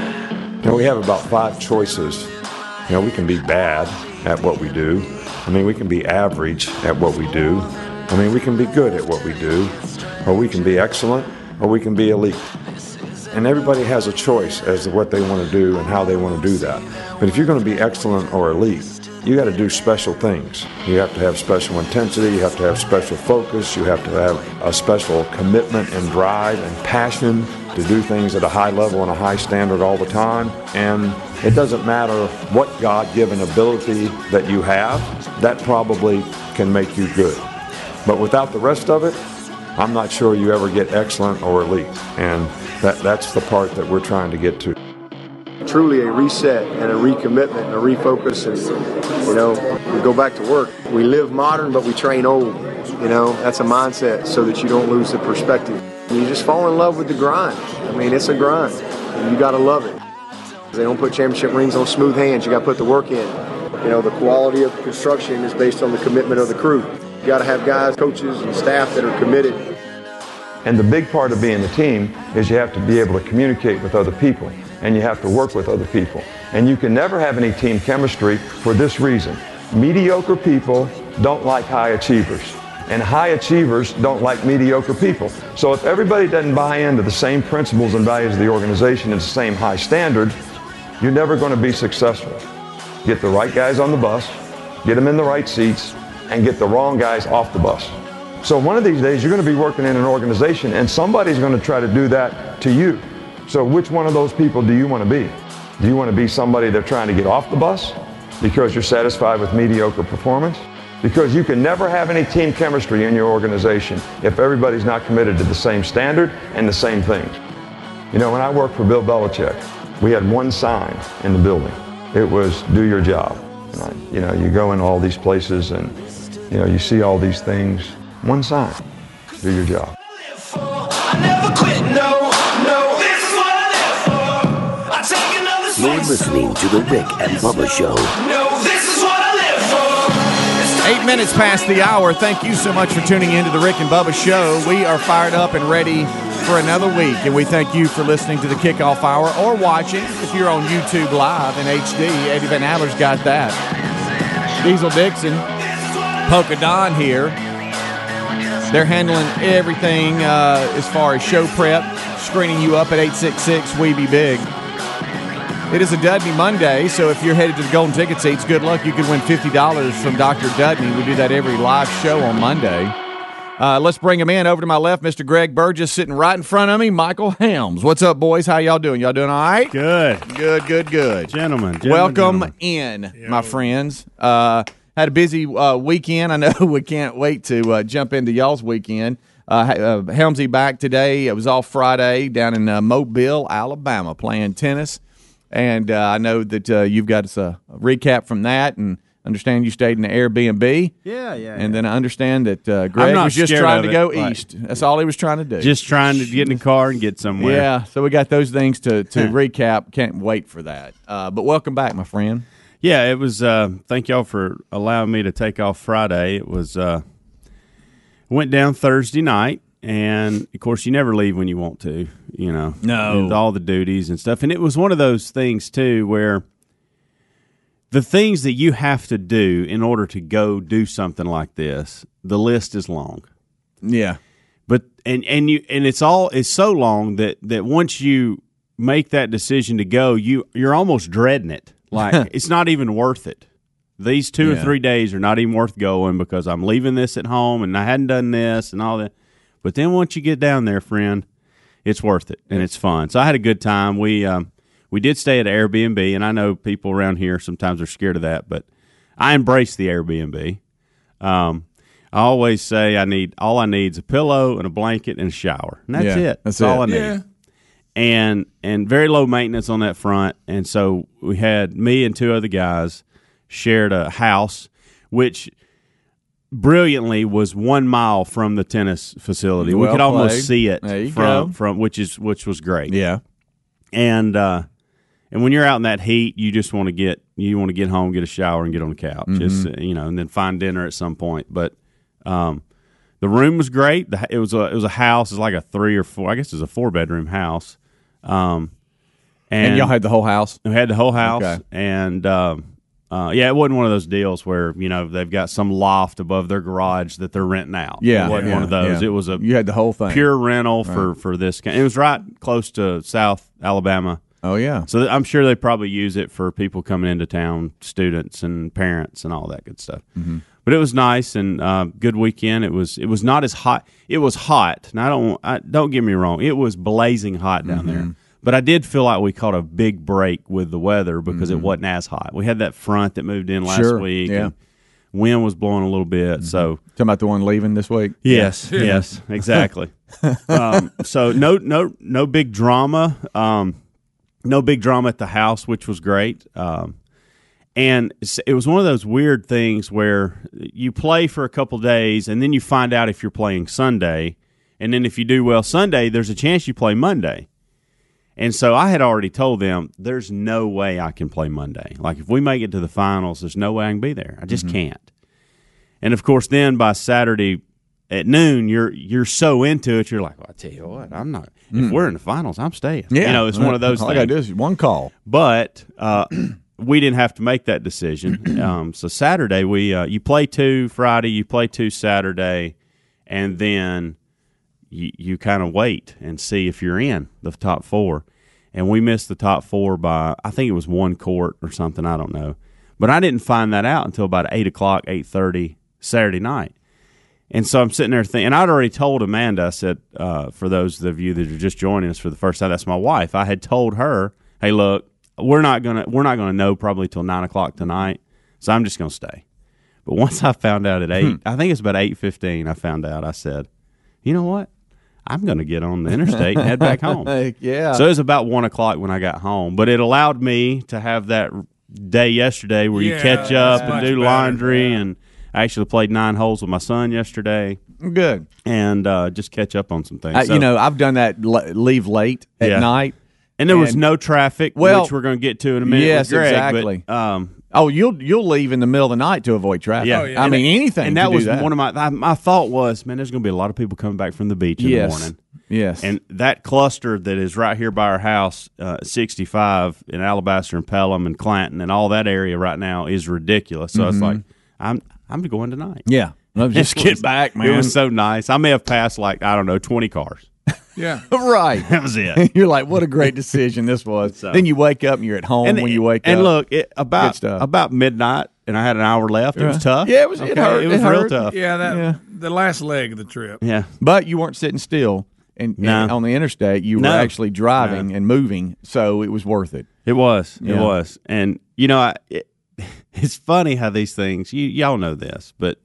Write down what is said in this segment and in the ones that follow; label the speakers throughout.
Speaker 1: You know, we have about five choices. You know, we can be bad at what we do. I mean, we can be average at what we do. I mean, we can be good at what we do, or we can be excellent, or we can be elite. And everybody has a choice as to what they want to do and how they want to do that. But if you're going to be excellent or elite, you got to do special things. You have to have special intensity, you have to have special focus, you have to have a special commitment and drive and passion to do things at a high level and a high standard all the time. And it doesn't matter what God given ability that you have, that probably can make you good. But without the rest of it, I'm not sure you ever get excellent or elite. And that, that's the part that we're trying to get to.
Speaker 2: Truly a reset and a recommitment and a refocus and, you know, we go back to work. We live modern, but we train old. You know, that's a mindset so that you don't lose the perspective. You just fall in love with the grind. I mean, it's a grind. And you got to love it. They don't put championship rings on smooth hands. You got to put the work in. You know, the quality of construction is based on the commitment of the crew. You got to have guys, coaches, and staff that are committed.
Speaker 1: And the big part of being a team is you have to be able to communicate with other people and you have to work with other people. And you can never have any team chemistry for this reason. Mediocre people don't like high achievers and high achievers don't like mediocre people. So if everybody doesn't buy into the same principles and values of the organization and the same high standard, you're never going to be successful. Get the right guys on the bus, get them in the right seats, and get the wrong guys off the bus. So one of these days you're going to be working in an organization and somebody's going to try to do that to you. So which one of those people do you want to be? Do you want to be somebody they're trying to get off the bus because you're satisfied with mediocre performance? because you can never have any team chemistry in your organization if everybody's not committed to the same standard and the same things. You know, when I worked for Bill Belichick, we had one sign in the building. It was "Do your job." And I, you know, you go in all these places and you know you see all these things. One sign: "Do your job."
Speaker 3: You're listening to the Rick and Bubba Show.
Speaker 4: Eight minutes past the hour. Thank you so much for tuning in to the Rick and Bubba Show. We are fired up and ready for another week, and we thank you for listening to the kickoff hour or watching if you're on YouTube Live in HD. Eddie Van Adler's got that. Diesel Dixon, Polka Don here. They're handling everything uh, as far as show prep, screening you up at 866 We Be Big. It is a Dudney Monday, so if you're headed to the Golden Ticket Seats, good luck. You could win $50 from Dr. Dudney. We do that every live show on Monday. Uh, let's bring him in. Over to my left, Mr. Greg Burgess, sitting right in front of me, Michael Helms. What's up, boys? How y'all doing? Y'all doing all right?
Speaker 5: Good.
Speaker 4: Good, good, good.
Speaker 5: Gentlemen. gentlemen,
Speaker 4: Welcome
Speaker 5: gentlemen.
Speaker 4: in, my friends. Uh, had a busy uh, weekend. I know we can't wait to uh, jump into y'all's weekend. Uh, H- uh, Helmsy back today. It was all Friday down in uh, Mobile, Alabama, playing tennis. And uh, I know that uh, you've got us a recap from that, and understand you stayed in the Airbnb.
Speaker 5: Yeah, yeah,
Speaker 4: And then I understand that uh, Greg
Speaker 5: not
Speaker 4: was just
Speaker 5: scared
Speaker 4: trying
Speaker 5: of
Speaker 4: to
Speaker 5: it,
Speaker 4: go
Speaker 5: but-
Speaker 4: east. That's all he was trying to do.
Speaker 5: Just trying to get in the car and get somewhere.
Speaker 4: yeah. So we got those things to to recap. Can't wait for that. Uh, but welcome back, my friend.
Speaker 5: Yeah, it was. Uh, thank y'all for allowing me to take off Friday. It was. Uh, went down Thursday night, and of course, you never leave when you want to. You know,
Speaker 4: No.
Speaker 5: with all the duties and stuff. And it was one of those things too where the things that you have to do in order to go do something like this, the list is long.
Speaker 4: Yeah.
Speaker 5: but and and you and it's all it's so long that that once you make that decision to go you you're almost dreading it like it's not even worth it these two or
Speaker 4: Yeah.
Speaker 5: three days are not even worth going because i'm leaving this at home and i hadn't done this and all that but then once you get down there friend it's worth it and it's fun so i had a good time we um we did stay at airbnb and i know people around here sometimes are scared of that but i embrace the airbnb um, I always say I need all I need is a pillow and a blanket and a shower, and that's
Speaker 4: Yeah,
Speaker 5: it.
Speaker 4: that's
Speaker 5: all
Speaker 4: it.
Speaker 5: I need. And and very low maintenance on that front, and so we had me and two other guys shared a house, which brilliantly was one mile from the tennis facility. we
Speaker 4: Well
Speaker 5: could
Speaker 4: played.
Speaker 5: almost see it
Speaker 4: There you
Speaker 5: from
Speaker 4: go.
Speaker 5: from which is which was great
Speaker 4: Yeah.
Speaker 5: and uh, and when you're out in that heat, you just want to get you want to get home, get a shower, and get on the couch.
Speaker 4: Mm-hmm.
Speaker 5: Just uh, you know, and then find dinner at some point. But um, the room was great. The, it was a it was a house. It's like a three or four. I guess it's a four bedroom house. Um,
Speaker 4: And, y'all had the whole house.
Speaker 5: We had the whole house,
Speaker 4: Okay.
Speaker 5: and um, uh, yeah, it wasn't one of those deals where you know they've got some loft above their garage that they're renting out.
Speaker 4: Yeah,
Speaker 5: it wasn't
Speaker 4: yeah,
Speaker 5: one of those.
Speaker 4: yeah.
Speaker 5: It was a
Speaker 4: You had the whole thing.
Speaker 5: pure rental for for this. ca- It was right close to South Alabama,
Speaker 4: Oh yeah.
Speaker 5: so th- I'm sure they probably use it for people coming into town, students and parents and all that good stuff.
Speaker 6: Mm-hmm.
Speaker 5: But it was nice and uh, good weekend. It was it was not as hot. It was hot. Now I don't I, don't get me wrong. It was blazing hot down
Speaker 4: Mm-hmm.
Speaker 5: there. But I did feel like we caught a big break with the weather because it wasn't as hot. We had that front that moved in last
Speaker 4: Mm-hmm. Sure,
Speaker 5: week.
Speaker 4: yeah.
Speaker 5: and wind was blowing a little bit. So
Speaker 4: Mm-hmm. Talking about the one leaving this week.
Speaker 5: Yes, yes, exactly. um, so no, no, no big drama. Um, no big drama at the house, which was great. Um, and it's- it was one of those weird things where you play for a couple days, and then you find out if you're playing Sunday, and then if you do well Sunday, there's a chance you play Monday. And so I had already told them there's no way I can play Monday. Like if we make it to the finals, there's no way I can be there. I just
Speaker 4: Mm-hmm.
Speaker 5: can't. And of course, then by Saturday at noon, you're you're so into it, you're like, well, I tell you what, I'm not. If we're in the finals, I'm staying. you know, it's one of those.
Speaker 4: Mm. All I
Speaker 5: things
Speaker 4: gotta do is one call.
Speaker 5: but uh, we didn't have to make that decision. Um, so Saturday we uh, you play two Friday, you play two Saturday, and then you you kind of wait and see if you're in the top four. And we missed the top four by I think it was one court or something I don't know, but I didn't find that out until about eight o'clock, eight thirty Saturday night. And so I'm sitting there thinking, and I'd already told Amanda, I said, uh, for those of you that are just joining us for the first time, that's my wife. I had told her, hey, look, we're not gonna we're not gonna know probably till nine o'clock tonight, so I'm just gonna stay. But once I found out at eight, I think it's about eight fifteen, I found out. I said, you know what? I'm gonna get on the interstate and head back home.
Speaker 4: Like, yeah.
Speaker 5: So it was about one o'clock when I got home, but it allowed me to have that day yesterday where you
Speaker 7: Yeah,
Speaker 5: catch up
Speaker 7: that's
Speaker 5: and
Speaker 7: much
Speaker 5: do
Speaker 7: better,
Speaker 5: laundry,
Speaker 7: yeah.
Speaker 5: and I actually played nine holes with my son yesterday
Speaker 4: Good.
Speaker 5: and uh, just catch up on some things.
Speaker 4: I,
Speaker 5: So-
Speaker 4: you know, I've done that. Le- leave late at
Speaker 5: Yeah.
Speaker 4: night.
Speaker 5: and there was
Speaker 4: and-
Speaker 5: no traffic,
Speaker 4: Well,
Speaker 5: which we're going to get to in a minute.
Speaker 4: yes,
Speaker 5: with Greg, but,
Speaker 4: exactly.
Speaker 5: um,
Speaker 4: Oh, you'll you'll leave in the middle of the night to avoid traffic.
Speaker 5: Yeah. Oh, yeah.
Speaker 4: I mean anything.
Speaker 5: and
Speaker 4: to
Speaker 5: that
Speaker 4: do
Speaker 5: was
Speaker 4: that.
Speaker 5: one of my I, my thought was, man, there's going to be a lot of people coming back from the beach in
Speaker 4: yes.
Speaker 5: the morning.
Speaker 4: Yes.
Speaker 5: And that cluster that is right here by our house, uh, 65 in Alabaster and Pelham and Clanton and all that area right now is ridiculous. So
Speaker 4: Mm-hmm.
Speaker 5: it's like, I'm I'm going tonight.
Speaker 4: yeah. No, just
Speaker 5: It
Speaker 4: get
Speaker 5: was-
Speaker 4: back, man.
Speaker 5: It was so nice. I may have passed like I don't know twenty cars.
Speaker 7: Yeah.
Speaker 4: right.
Speaker 5: That was it.
Speaker 4: You're like, what a great decision this was. Then you wake up and you're at home when you wake
Speaker 5: and
Speaker 4: up.
Speaker 5: look, it,
Speaker 4: Good
Speaker 5: about
Speaker 4: stuff.
Speaker 5: about midnight, and I had an hour left. It was tough.
Speaker 4: Yeah, it was- it hurt.
Speaker 5: It was
Speaker 4: It
Speaker 5: real
Speaker 4: hurt.
Speaker 5: tough.
Speaker 7: Yeah, that
Speaker 4: Yeah.
Speaker 7: the last leg of the trip.
Speaker 5: Yeah.
Speaker 4: but you weren't sitting still. And,
Speaker 5: No.
Speaker 4: and on the interstate, you
Speaker 5: No.
Speaker 4: were actually driving and moving, so it was worth it.
Speaker 5: It was. It
Speaker 4: Yeah.
Speaker 5: was. And you know, I, it, it's funny how these things. You y'all know this, but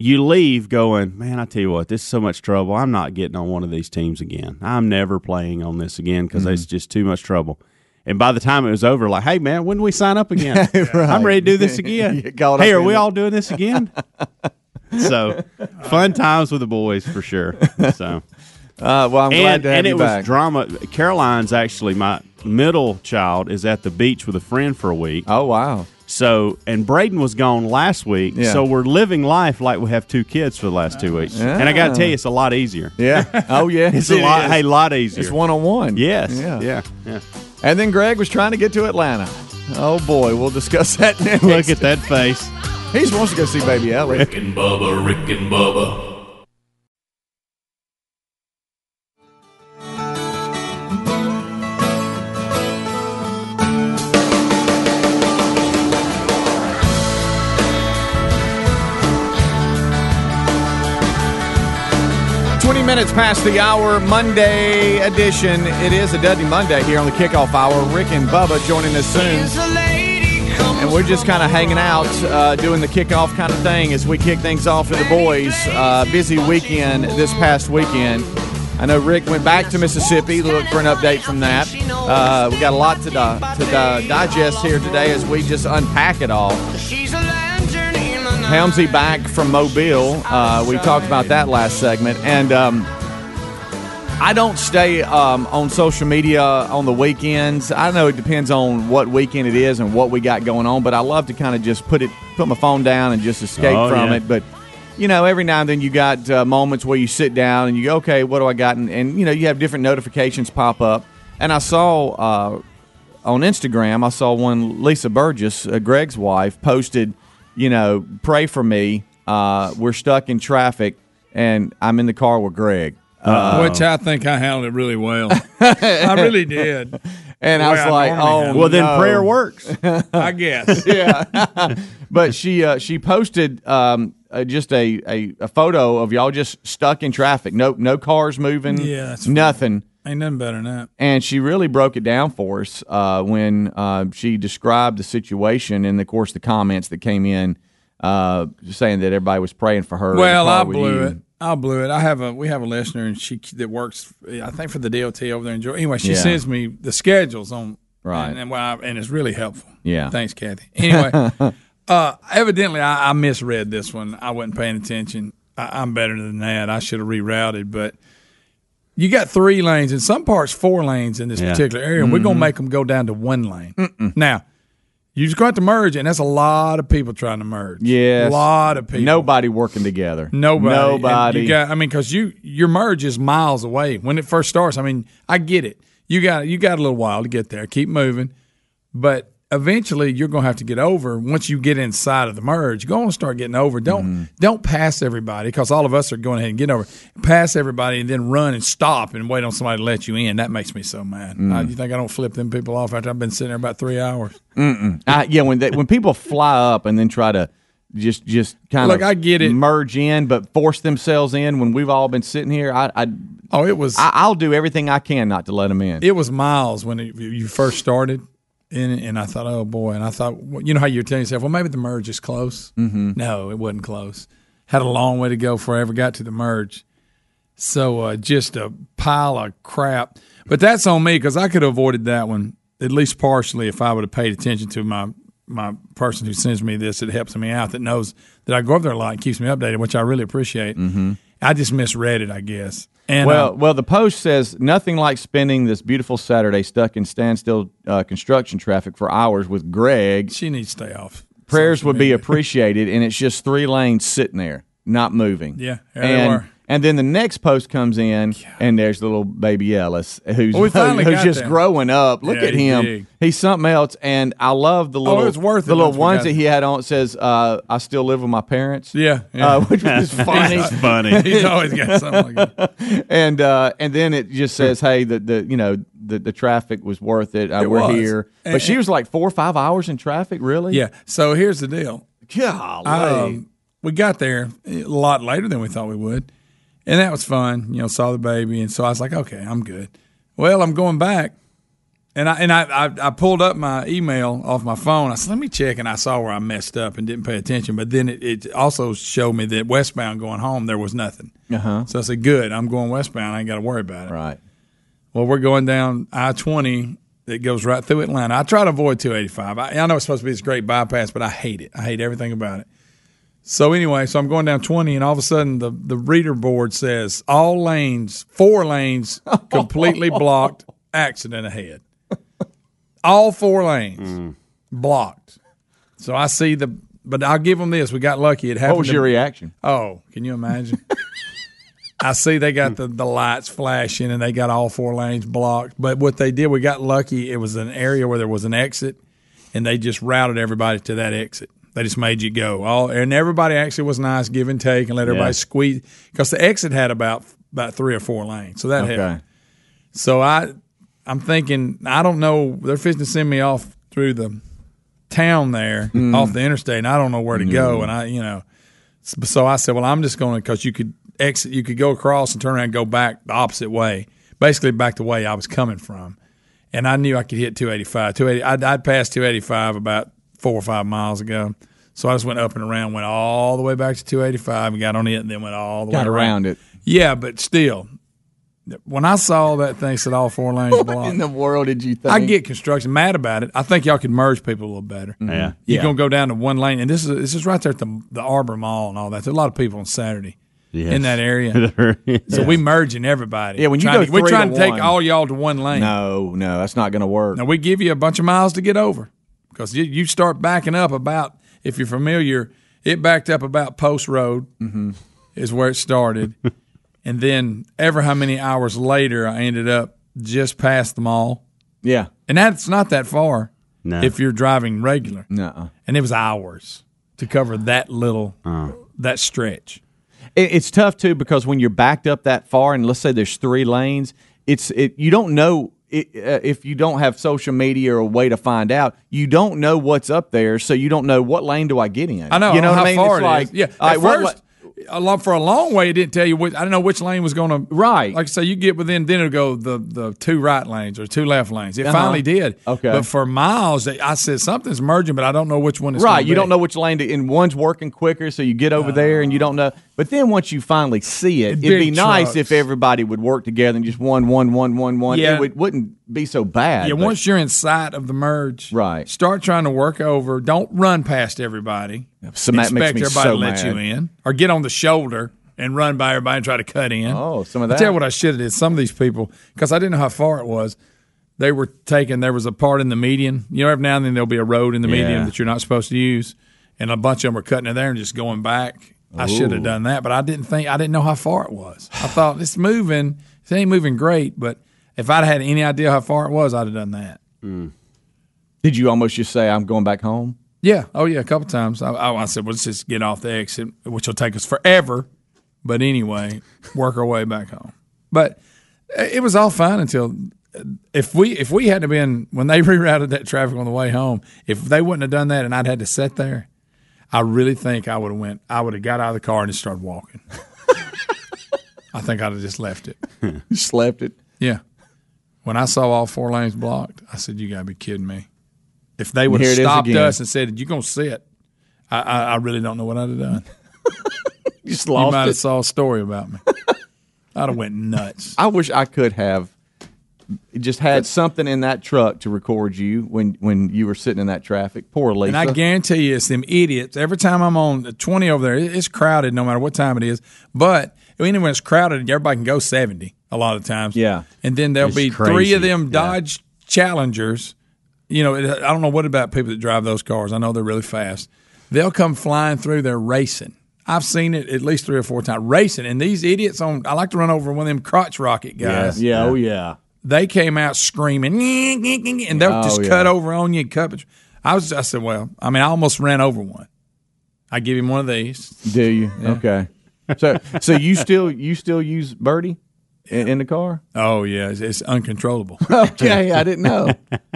Speaker 5: you leave going, man. I tell you what, this is so much trouble. I'm not getting on one of these teams again. I'm never playing on this again because it's just too much trouble. And by the time it was over, like, hey man, when do we sign up again? I'm ready to do this again.
Speaker 4: You caught
Speaker 5: hey,
Speaker 4: up
Speaker 5: are
Speaker 4: in
Speaker 5: we
Speaker 4: it.
Speaker 5: all doing this again? so, fun times with the boys for sure. So
Speaker 4: Uh, well, I'm glad
Speaker 5: and,
Speaker 4: to have
Speaker 5: and
Speaker 4: you
Speaker 5: it
Speaker 4: back.
Speaker 5: was drama. Caroline's actually my middle child is at the beach with a friend for a week.
Speaker 4: oh wow,
Speaker 5: So and Braden was gone last week.
Speaker 4: Yeah.
Speaker 5: So we're living life like we have two kids for the last two weeks.
Speaker 4: Yeah.
Speaker 5: And I got to tell you, it's a lot easier.
Speaker 4: yeah, oh yeah,
Speaker 5: It's a lot. Hey, lot easier.
Speaker 4: It's one on one.
Speaker 5: Yes.
Speaker 4: yeah,
Speaker 5: Yeah. yeah.
Speaker 4: And then Greg was trying to get to Atlanta. Oh boy, we'll discuss that next.
Speaker 5: Look at that face.
Speaker 4: he just wants to go see Baby Ellie.
Speaker 8: Rick and Bubba, Rick and Bubba.
Speaker 4: Twenty minutes past the hour, Monday edition. It is a Dudley Monday here on the Kickoff Hour. Rick and Bubba joining us soon. and we're just kind of hanging out, uh, doing the kickoff kind of thing as we kick things off for the boys. Uh, busy weekend this past weekend. I know Rick went back to Mississippi to look for an update from that. Uh, we got a lot to, di- to di- digest here today as we just unpack it all. Helmsy back from Mobile. Uh, we talked about that last segment. And um, I don't stay um, on social media on the weekends. I know it depends on what weekend it is and what we got going on, but I love to kind of just put it, put my phone down and just escape
Speaker 5: Oh,
Speaker 4: from
Speaker 5: yeah.
Speaker 4: it. But you know, every now and then you got uh, moments where you sit down and you go, okay, what do I got? And, and you know, you have different notifications pop up. And I saw uh, on Instagram, I saw one Lisa Burgess, uh, Greg's wife, posted, you know, pray for me. Uh, we're stuck in traffic, and I'm in the car with Greg. Uh,
Speaker 7: which I think I handled it really well. I really did.
Speaker 4: And I
Speaker 7: Boy,
Speaker 4: was
Speaker 7: I
Speaker 4: like,
Speaker 7: normally
Speaker 4: oh,
Speaker 7: have-
Speaker 5: Well, then
Speaker 4: no.
Speaker 5: prayer works.
Speaker 7: I guess.
Speaker 4: But she uh, she posted um, uh, just a, a, a photo of y'all just stuck in traffic. No no cars moving.
Speaker 7: Yeah, that's funny.
Speaker 4: nothing.
Speaker 7: Ain't nothing better than that.
Speaker 4: And she really broke it down for us uh, when uh, she described the situation, and of course the comments that came in uh, saying that everybody was praying for her. in the
Speaker 7: Well,
Speaker 4: car
Speaker 7: I
Speaker 4: with
Speaker 7: blew
Speaker 4: you.
Speaker 7: it. I blew it. I have a we have a listener and she that works I think for the DOT over there in Georgia. Anyway, she
Speaker 4: Yeah.
Speaker 7: sends me the schedules on
Speaker 4: Right.
Speaker 7: and, and, well, I- and it's really helpful.
Speaker 4: Yeah.
Speaker 7: thanks, Kathy. Anyway, uh, evidently I, I misread this one. I wasn't paying attention. I, I'm better than that. I should have rerouted, but you got three lanes in some parts, four lanes in this
Speaker 5: Yeah.
Speaker 7: particular area. and We're
Speaker 9: Mm-hmm.
Speaker 4: Mm-hmm.
Speaker 7: gonna make them go down to one lane now. You just got to merge, and that's a lot of people trying to merge.
Speaker 4: Yes.
Speaker 7: a lot of people.
Speaker 4: Nobody working together.
Speaker 7: Nobody. And
Speaker 4: Nobody.
Speaker 7: You got. I mean, because you your merge is miles away when it first starts. I mean, I get it. You got you got a little while to get there. Keep moving, but eventually you're going to have to get over. Once you get inside of the merge, go and start getting over. Don't don't pass everybody because all of us are going ahead and get over. Pass everybody and then run and stop and wait on somebody to let you in. That makes me so mad. I, you think I don't flip them people off after I've been sitting there about three hours?
Speaker 4: I, yeah, when they, when people fly up and then try to just just kind
Speaker 7: Look,
Speaker 4: of
Speaker 7: I get it.
Speaker 4: merge in, but force themselves in when we've all been sitting here. I, I
Speaker 7: Oh, it was
Speaker 4: I- I'll do everything I can not to let them in.
Speaker 7: it was miles when it, you first started and, and i thought oh boy and i thought well, you know how you're telling yourself well maybe the merge is close mm-hmm. no it wasn't close had a long way to go before i ever got to the merge so uh, just a pile of crap but that's on me because i could have avoided that one at least partially if i would have paid attention to my my person who sends me this that helps me out that knows that i go over there a lot and keeps me updated which i really appreciate mm-hmm. i just misread it i guess and uh,
Speaker 4: well, well, the post says nothing like spending this beautiful Saturday stuck in standstill uh, construction traffic for hours with Greg.
Speaker 7: she needs to stay off
Speaker 4: Prayers
Speaker 7: social
Speaker 4: would be
Speaker 7: media.
Speaker 4: appreciated, and it's just three lanes sitting there, not moving.
Speaker 7: Yeah, there they
Speaker 4: and
Speaker 7: were.
Speaker 4: and then the next post comes in, and there's the little baby Ellis who's
Speaker 7: Well, we finally
Speaker 4: who's
Speaker 7: got
Speaker 4: just
Speaker 7: there.
Speaker 4: growing up. Look
Speaker 7: Yeah,
Speaker 4: at
Speaker 7: he's
Speaker 4: him;
Speaker 7: big.
Speaker 4: he's something else. And I love the little
Speaker 7: it was worth
Speaker 4: the
Speaker 7: it
Speaker 4: little
Speaker 7: once we got
Speaker 4: ones that
Speaker 7: him.
Speaker 4: he had on. It says, uh, "I still live with my parents."
Speaker 7: Yeah, yeah.
Speaker 4: Uh, which was funny.
Speaker 5: It's funny.
Speaker 7: He's always got something like that.
Speaker 4: and uh, and then it just says, "Hey, the, the you know the, the traffic was worth it. Uh,
Speaker 7: It
Speaker 4: we're
Speaker 7: was.
Speaker 4: here." But
Speaker 7: And-
Speaker 4: she was like four or five hours in traffic, really.
Speaker 7: Yeah. So here's the deal.
Speaker 4: golly,
Speaker 7: Um, we got there a lot later than we thought we would, and that was fun. You know, saw the baby, and so I was like, okay, I'm good. Well, I'm going back, and I and I I, I pulled up my email off my phone. I said, let me check, and I saw where I messed up and didn't pay attention. But then it, it also showed me that westbound going home there was nothing.
Speaker 4: Uh-huh.
Speaker 7: So I said, good, I'm going westbound. I ain't got to worry about it.
Speaker 4: right.
Speaker 7: Well, we're going down I 20 that goes right through Atlanta. I try to avoid 285. I, I know it's supposed to be this great bypass, but I hate it. I hate everything about it. So, anyway, so I'm going down 20, and all of a sudden the, the reader board says all lanes, four lanes
Speaker 4: Oh,
Speaker 7: completely blocked, accident ahead. All four lanes
Speaker 4: Mm.
Speaker 7: blocked. So I see the, but I'll give them this. We got lucky. It happened.
Speaker 4: What was
Speaker 7: to-
Speaker 4: your reaction?
Speaker 7: Oh, can you imagine? I see they got the, the lights flashing and they got all four lanes blocked. But what they did, we got lucky. It was an area where there was an exit, and they just routed everybody to that exit. They just made you go. All and everybody actually was nice, give and take, and let everybody
Speaker 5: Yeah.
Speaker 7: squeeze because the exit had about about three or four lanes, so that
Speaker 4: Okay.
Speaker 7: helped. So I, I'm thinking I don't know. They're fishing to send me off through the town there,
Speaker 4: Mm.
Speaker 7: off the interstate, and I don't know where to go. And I, you know, so I said, well, I'm just going to because you could exit, you could go across and turn around, and go back the opposite way, basically back the way I was coming from, and I knew I could hit 285. 280, I'd, I'd passed 285 about four or five miles ago, so I just went up and around, went all the way back to 285, and got on it, and then went all the
Speaker 4: Got
Speaker 7: way
Speaker 4: around it.
Speaker 7: Yeah, but still, when I saw that thing said all four lanes
Speaker 4: What in
Speaker 7: blocked.
Speaker 4: the world did you think?
Speaker 7: I get construction mad about it. I think y'all could merge people a little better.
Speaker 5: Mm-hmm. yeah.
Speaker 7: You're gonna go down to one lane, and this is this is right there at the, the Arbor Mall and all that. There's a lot of people on Saturday
Speaker 5: Yes.
Speaker 7: in that area, so we merging everybody.
Speaker 4: Yeah, when you
Speaker 7: Trying
Speaker 4: go
Speaker 7: to- we're
Speaker 4: three
Speaker 7: trying
Speaker 4: to
Speaker 7: to take
Speaker 4: one.
Speaker 7: all y'all to one lane.
Speaker 4: No, no, that's not going to work.
Speaker 7: Now we give you a bunch of miles to get over because you, you start backing up about if you're familiar, it backed up about Post Road is where it started, and then ever how many hours later I ended up just past the mall,
Speaker 4: Yeah.
Speaker 7: and that's not that far
Speaker 5: No.
Speaker 7: if you're driving regular.
Speaker 4: No.
Speaker 7: And it was hours to cover that little that stretch.
Speaker 4: It, Oh. it's tough too because when you're backed up that far, and let's say there's three lanes, it's it. You don't know it, uh, if you don't have social media or a way to find out. You don't know what's up there, so you don't know what lane do I get in.
Speaker 7: I know.
Speaker 4: You know
Speaker 7: how
Speaker 4: what I mean?
Speaker 7: far
Speaker 4: it's
Speaker 7: it
Speaker 4: like
Speaker 7: is. Yeah.
Speaker 4: all
Speaker 7: At
Speaker 4: right, what-
Speaker 7: first, a lot, for a long way, it didn't tell you. Which, I don't know which lane was going to.
Speaker 4: Right.
Speaker 7: Like I say, you get within, then it'll go the the two right lanes or two left lanes. It
Speaker 4: Uh-huh.
Speaker 7: finally did.
Speaker 4: Okay.
Speaker 7: But for miles, they- I said something's merging, but I don't know which one it's
Speaker 4: Right,
Speaker 7: gonna
Speaker 4: you don't
Speaker 7: be. Uh-huh.
Speaker 4: know which lane to, and one's working quicker, so you get over there and you don't know. But then once you finally see it,
Speaker 7: It'd
Speaker 4: it'd,
Speaker 7: be
Speaker 4: be nice
Speaker 7: trucks.
Speaker 4: if everybody would work together and just one, one, one, one, one.
Speaker 7: Yeah.
Speaker 4: It would, wouldn't be so bad.
Speaker 7: Yeah,
Speaker 4: but-
Speaker 7: once you're in sight of the merge,
Speaker 4: Right.
Speaker 7: Start trying to work over. Don't run past everybody.
Speaker 4: So that makes me
Speaker 7: everybody
Speaker 4: so
Speaker 7: to let
Speaker 4: mad.
Speaker 7: you in, or get on the shoulder and run by everybody and try to cut in.
Speaker 4: Oh, some of
Speaker 7: I tell
Speaker 4: that.
Speaker 7: you what I should have did. Some of these people, because I didn't know how far it was, they were taking. There was a part in the median. You know, every now and then there'll be a road in the median
Speaker 5: Yeah.
Speaker 7: that you're not supposed to use, and a bunch of them were cutting in there and just going back. I should have done that, but I didn't think I didn't know how far it was. I thought it's moving. It ain't moving great, but if I'd had any idea how far it was, I'd have done that.
Speaker 4: Did you almost just say, I'm going back home?
Speaker 7: Yeah. Oh, yeah. A couple times. I, oh, I, I said, well, let's just get off the exit, which will take us forever. But anyway, work our way back home. But uh, it was all fine until uh, if we if we hadn't been when they rerouted that traffic on the way home. If they wouldn't have done that, and I'd had to sit there, I really think I would have went. I would have got out of the car and just started walking. I think I'd have just left it.
Speaker 4: You slept it.
Speaker 7: Yeah. When I saw all four lanes blocked, I said, "You gotta be kidding me!" If they would
Speaker 4: Here
Speaker 7: have
Speaker 4: it is
Speaker 7: stopped
Speaker 4: again.
Speaker 7: us and said, "You gonna sit," I, I, I really don't know what I'd have done.
Speaker 4: You just
Speaker 7: You
Speaker 4: lost
Speaker 7: might
Speaker 4: it.
Speaker 7: have saw a story about me. I'd have went nuts.
Speaker 4: I wish I could have just had something in that truck to record you when, when you were sitting in that traffic. Poor Lisa.
Speaker 7: And I guarantee you, it's them idiots. Every time I'm on the 20 over there, it- it's crowded no matter what time it is. But anyway, when it's crowded, everybody can go 70 a lot of times.
Speaker 4: Yeah.
Speaker 7: And then there'll
Speaker 5: It's
Speaker 7: be three
Speaker 5: crazy.
Speaker 7: of them Dodge Challengers. You know, it- I don't know what about people that drive those cars. I know they're really fast. They'll come flying through. They're racing. I've seen it at least three or four times racing. And these idiots on, I like to run over one of them crotch rocket guys
Speaker 4: yeah, oh, yeah.
Speaker 7: they came out screaming, and they'll
Speaker 4: Oh,
Speaker 7: just
Speaker 4: yeah.
Speaker 7: cut over on you and cut. bet- I was, I said, well, I mean, I almost ran over one. I give him one of these.
Speaker 4: Do you? Okay. So, so you still you still use birdie in, in the car?
Speaker 7: Oh yeah, it's, it's uncontrollable.
Speaker 4: Okay, I didn't know.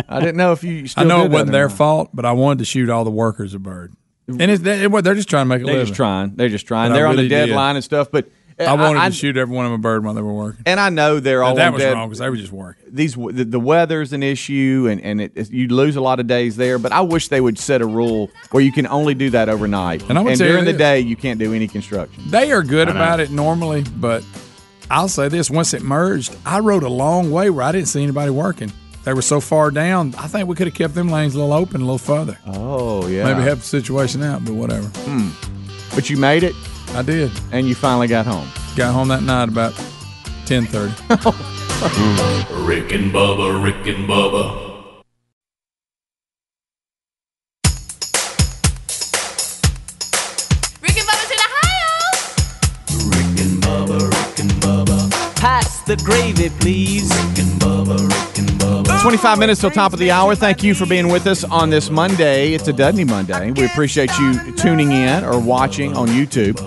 Speaker 4: I didn't know if you.
Speaker 7: I
Speaker 4: Still
Speaker 7: know
Speaker 4: did
Speaker 7: it
Speaker 4: that
Speaker 7: wasn't
Speaker 4: or
Speaker 7: their
Speaker 4: not.
Speaker 7: fault, but I wanted to shoot all the workers a bird. And it's, they, they're just trying to make a
Speaker 4: They're
Speaker 7: living.
Speaker 4: just trying. They're just trying.
Speaker 7: But I
Speaker 4: They're on
Speaker 7: really
Speaker 4: the
Speaker 7: did.
Speaker 4: deadline and stuff. But uh,
Speaker 7: I wanted
Speaker 4: I,
Speaker 7: to shoot every one of them a bird while they were working.
Speaker 4: And I know they're all
Speaker 7: But that
Speaker 4: on
Speaker 7: was
Speaker 4: dead-
Speaker 7: wrong because they were just working.
Speaker 4: These w- the, the weather's an issue, and and it, you lose a lot of days there. But I wish they would set a rule where you can only do that overnight,
Speaker 7: And I'm gonna tell you
Speaker 4: during the
Speaker 7: this.
Speaker 4: day you can't do any construction.
Speaker 7: They are good about it normally, but I'll say this: once it merged, I rode a long way where I didn't see anybody working. They were so far down. I think we could have kept them lanes a little open, a little further.
Speaker 4: Oh yeah,
Speaker 7: Maybe help the situation out, but whatever.
Speaker 4: Hmm. But you made it,
Speaker 7: I did.
Speaker 4: and you finally got home. Oh,
Speaker 7: Got home that night about ten thirty.
Speaker 10: Rick and Bubba, Rick and Bubba.
Speaker 11: Rick and Bubba's in Ohio.
Speaker 12: Pass the gravy, please.
Speaker 4: 25 minutes till top of the hour. Thank you for being with us on this Monday. It's a Dudney Monday. We appreciate you tuning in or watching on YouTube.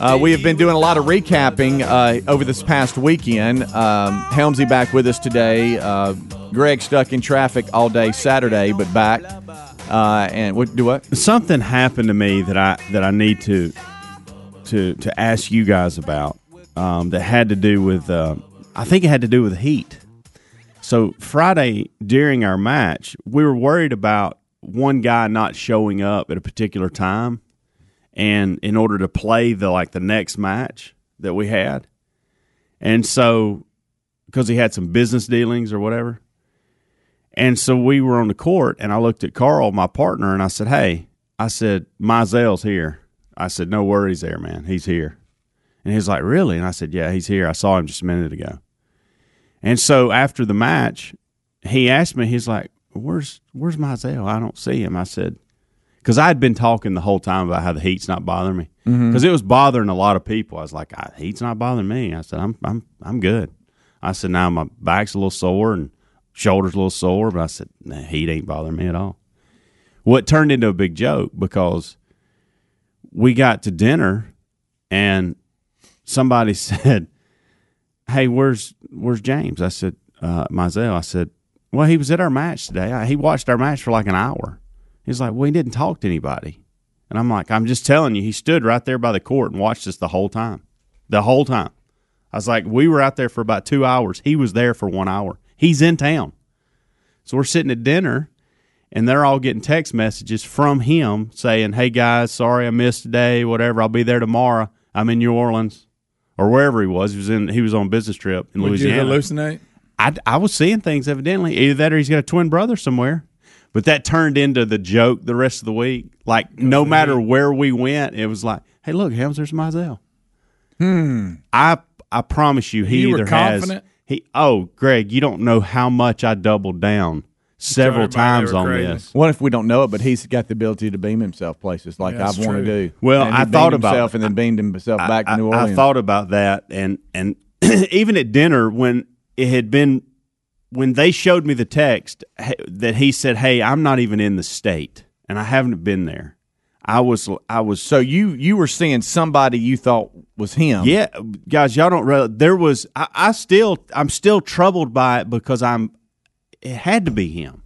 Speaker 4: Uh, we have been doing a lot of recapping uh, over this past weekend. Um, Helmsy back with us today. Uh, Greg stuck in traffic all day Saturday, but back. Uh, and what do what?
Speaker 5: Something happened to me that I that I need to to to ask you guys about um, that had to do with uh, I think it had to do with heat. So Friday during our match, we were worried about one guy not showing up at a particular time, and in order to play the like the next match that we had, and so because he had some business dealings or whatever. And so we were on the court, and I looked at Carl, my partner, and I said, "Hey," I said, "Mizell's here." I said, "No worries, there, man. He's here." And he's like, "Really?" And I said, "Yeah, he's here. I saw him just a minute ago." And so after the match, he asked me, he's like, "Where's Where's Mizell? I don't see him." I said, "Cause I had been talking the whole time about how the heat's not bothering me, because it was bothering a lot of people." I was like, "I- "Heat's not bothering me." I said, "I'm I'm I'm good." I said, now my back's a little sore and shoulder's a little sore, but I said, nah, heat ain't bothering me at all. What turned into a big joke because we got to dinner and somebody said, hey, where's where's James? I said, uh, Mizell. I said, well, he was at our match today. I, he watched our match for like an hour. He's like, well, he didn't talk to anybody. And I'm like, I'm just telling you, he stood right there by the court and watched us the whole time. The whole time. I was like, we were out there for about two hours. He was there for one hour. He's in town. So we're sitting at dinner and they're all getting text messages from him saying, hey guys, sorry I missed today, whatever. I'll be there tomorrow. I'm in New Orleans or wherever he was. He was in. He was on a business trip in
Speaker 7: Would you
Speaker 5: Louisiana.
Speaker 7: hallucinate?
Speaker 5: I, I was seeing things evidently. Either that or he's got a twin brother somewhere. But that turned into the joke the rest of the week. Like no matter where we went, it was like, hey, look, Helms, there's Mizell.
Speaker 7: Hmm.
Speaker 5: I I promise you, he
Speaker 7: You were
Speaker 5: either has
Speaker 7: confident?
Speaker 5: he. Oh, Greg, you don't know how much I doubled down several
Speaker 7: everybody
Speaker 5: times
Speaker 7: they were
Speaker 5: on
Speaker 7: crazy.
Speaker 5: this.
Speaker 4: What if we don't know it, but he's got the ability to beam himself places like
Speaker 7: Yeah,
Speaker 4: I've
Speaker 7: that's
Speaker 4: wanted to
Speaker 7: true.
Speaker 4: do.
Speaker 5: Well,
Speaker 4: And he
Speaker 5: I thought
Speaker 4: beamed
Speaker 5: about-
Speaker 4: himself and then beamed himself back
Speaker 5: I-
Speaker 4: to New
Speaker 5: I-
Speaker 4: Orleans.
Speaker 5: I thought about that, and and even at dinner when it had been when they showed me the text h- that he said, "Hey, I'm not even in the state, and I haven't been there." I was I was
Speaker 4: so you you were seeing somebody you thought was him.
Speaker 5: yeah, guys, y'all don't. Realize, there was I, I still I'm still troubled by it because I'm it had to be him.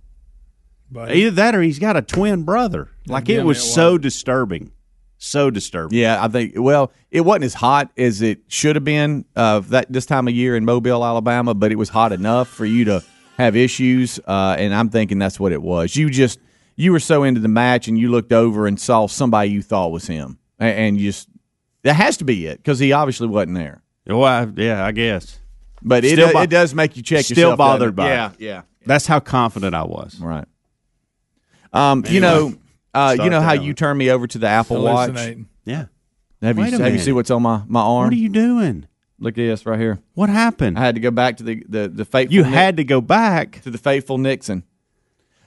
Speaker 7: But
Speaker 5: Either that or he's got a twin brother. Like it
Speaker 7: damn
Speaker 5: was
Speaker 7: it
Speaker 5: so disturbing, so disturbing.
Speaker 4: Yeah, I think. Well, it wasn't as hot as it should have been uh, that this time of year in Mobile, Alabama, but it was hot enough for you to have issues. Uh, and I'm thinking that's what it was. You just you were so into the match, and you looked over and saw somebody you thought was him, A- and, you just that has to be it because he obviously wasn't there.
Speaker 5: Well, Oh, I, yeah, I guess.
Speaker 4: But it,
Speaker 5: Still
Speaker 4: do-
Speaker 5: bo-
Speaker 4: it does make you check.
Speaker 5: still
Speaker 4: yourself, doesn't
Speaker 5: bothered
Speaker 4: it?
Speaker 5: by
Speaker 4: Yeah,
Speaker 5: it.
Speaker 4: yeah.
Speaker 5: That's how confident I was.
Speaker 4: Right. Um, you know, uh, you
Speaker 5: start
Speaker 4: know how
Speaker 5: down.
Speaker 4: you turned me over to the Apple Watch.
Speaker 7: hallucinating.
Speaker 5: Yeah.
Speaker 4: Have you
Speaker 5: Wait a
Speaker 4: have you
Speaker 5: minute.
Speaker 4: see what's on my my arm?
Speaker 5: What are you doing?
Speaker 4: Look at this right here.
Speaker 5: What happened?
Speaker 4: I had to go back to the the, the faithful.
Speaker 5: you
Speaker 4: Nick-
Speaker 5: had to go back.
Speaker 4: to the faithful Nixon.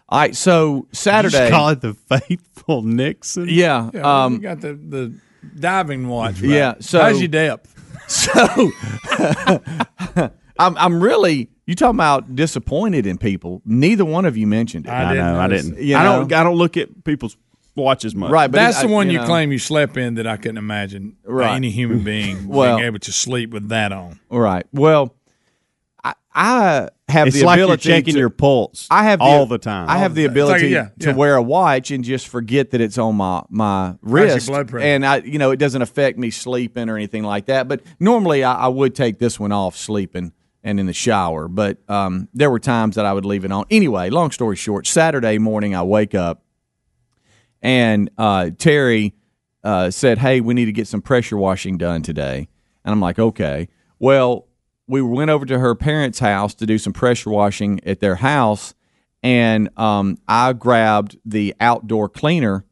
Speaker 4: All right, so
Speaker 5: You
Speaker 4: Saturday.
Speaker 5: just call it the faithful Nixon.
Speaker 4: yeah.
Speaker 7: Yeah, well, you
Speaker 4: Um,
Speaker 7: got the, the diving watch. back.
Speaker 4: Yeah, so-
Speaker 7: how's your depth?
Speaker 4: so I'm I'm really you talking about disappointed in people. Neither one of you mentioned it.
Speaker 5: I,
Speaker 7: didn't
Speaker 5: know. I
Speaker 7: notice.
Speaker 5: didn't.
Speaker 4: You
Speaker 5: I don't.
Speaker 4: know?
Speaker 5: I don't look at people's watches much.
Speaker 4: right, but
Speaker 7: That's
Speaker 4: it-
Speaker 7: the
Speaker 4: I-
Speaker 7: one you,
Speaker 4: know,
Speaker 7: claim you slept in that I couldn't imagine uh,
Speaker 4: Right.
Speaker 7: any human being
Speaker 4: Well-
Speaker 7: being able to sleep with that on.
Speaker 4: Right. Well, I I have
Speaker 5: It's
Speaker 4: the
Speaker 5: like you're
Speaker 4: ability
Speaker 5: checking
Speaker 4: to,
Speaker 5: your pulse.
Speaker 4: I have
Speaker 5: all the time.
Speaker 4: I have the ability
Speaker 7: yeah,
Speaker 4: to
Speaker 7: yeah.
Speaker 4: wear a watch and just forget that it's on my my wrist,
Speaker 7: blood pressure.
Speaker 4: and I you know it doesn't affect me sleeping or anything like that. But normally I, I would take this one off sleeping and in the shower. But um, there were times that I would leave it on. Anyway, long story short, Saturday morning I wake up and uh, Terry uh, said, "Hey, we need to get some pressure washing done today." And I'm like, "Okay." Well, we went over to her parents' house to do some pressure washing at their house, and um, I grabbed the outdoor cleaner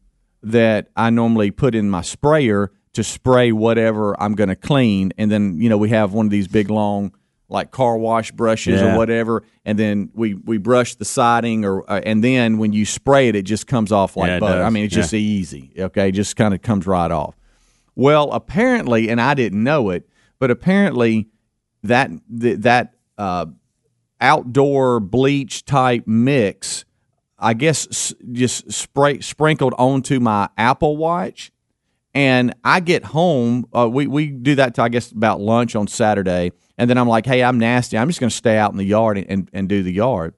Speaker 4: that I normally put in my sprayer to spray whatever I'm going to clean, and then you know we have one of these big long. Like car wash brushes
Speaker 5: Yeah.
Speaker 4: or whatever, and then we we brush the siding, or uh, and then when you spray it, it just comes off like
Speaker 5: Yeah, it
Speaker 4: butter. I
Speaker 5: does.
Speaker 4: mean, it's
Speaker 5: Yeah.
Speaker 4: just easy. Okay, just kind of comes right off. Well, apparently, and I didn't know it, but apparently that th- that uh, outdoor bleach type mix, I guess, s- just spray sprinkled onto my Apple Watch, and I get home. Uh, we we do that to I guess about lunch on Saturday, and then I'm like, hey, I'm nasty. I'm just going to stay out in the yard and, and, and do the yard.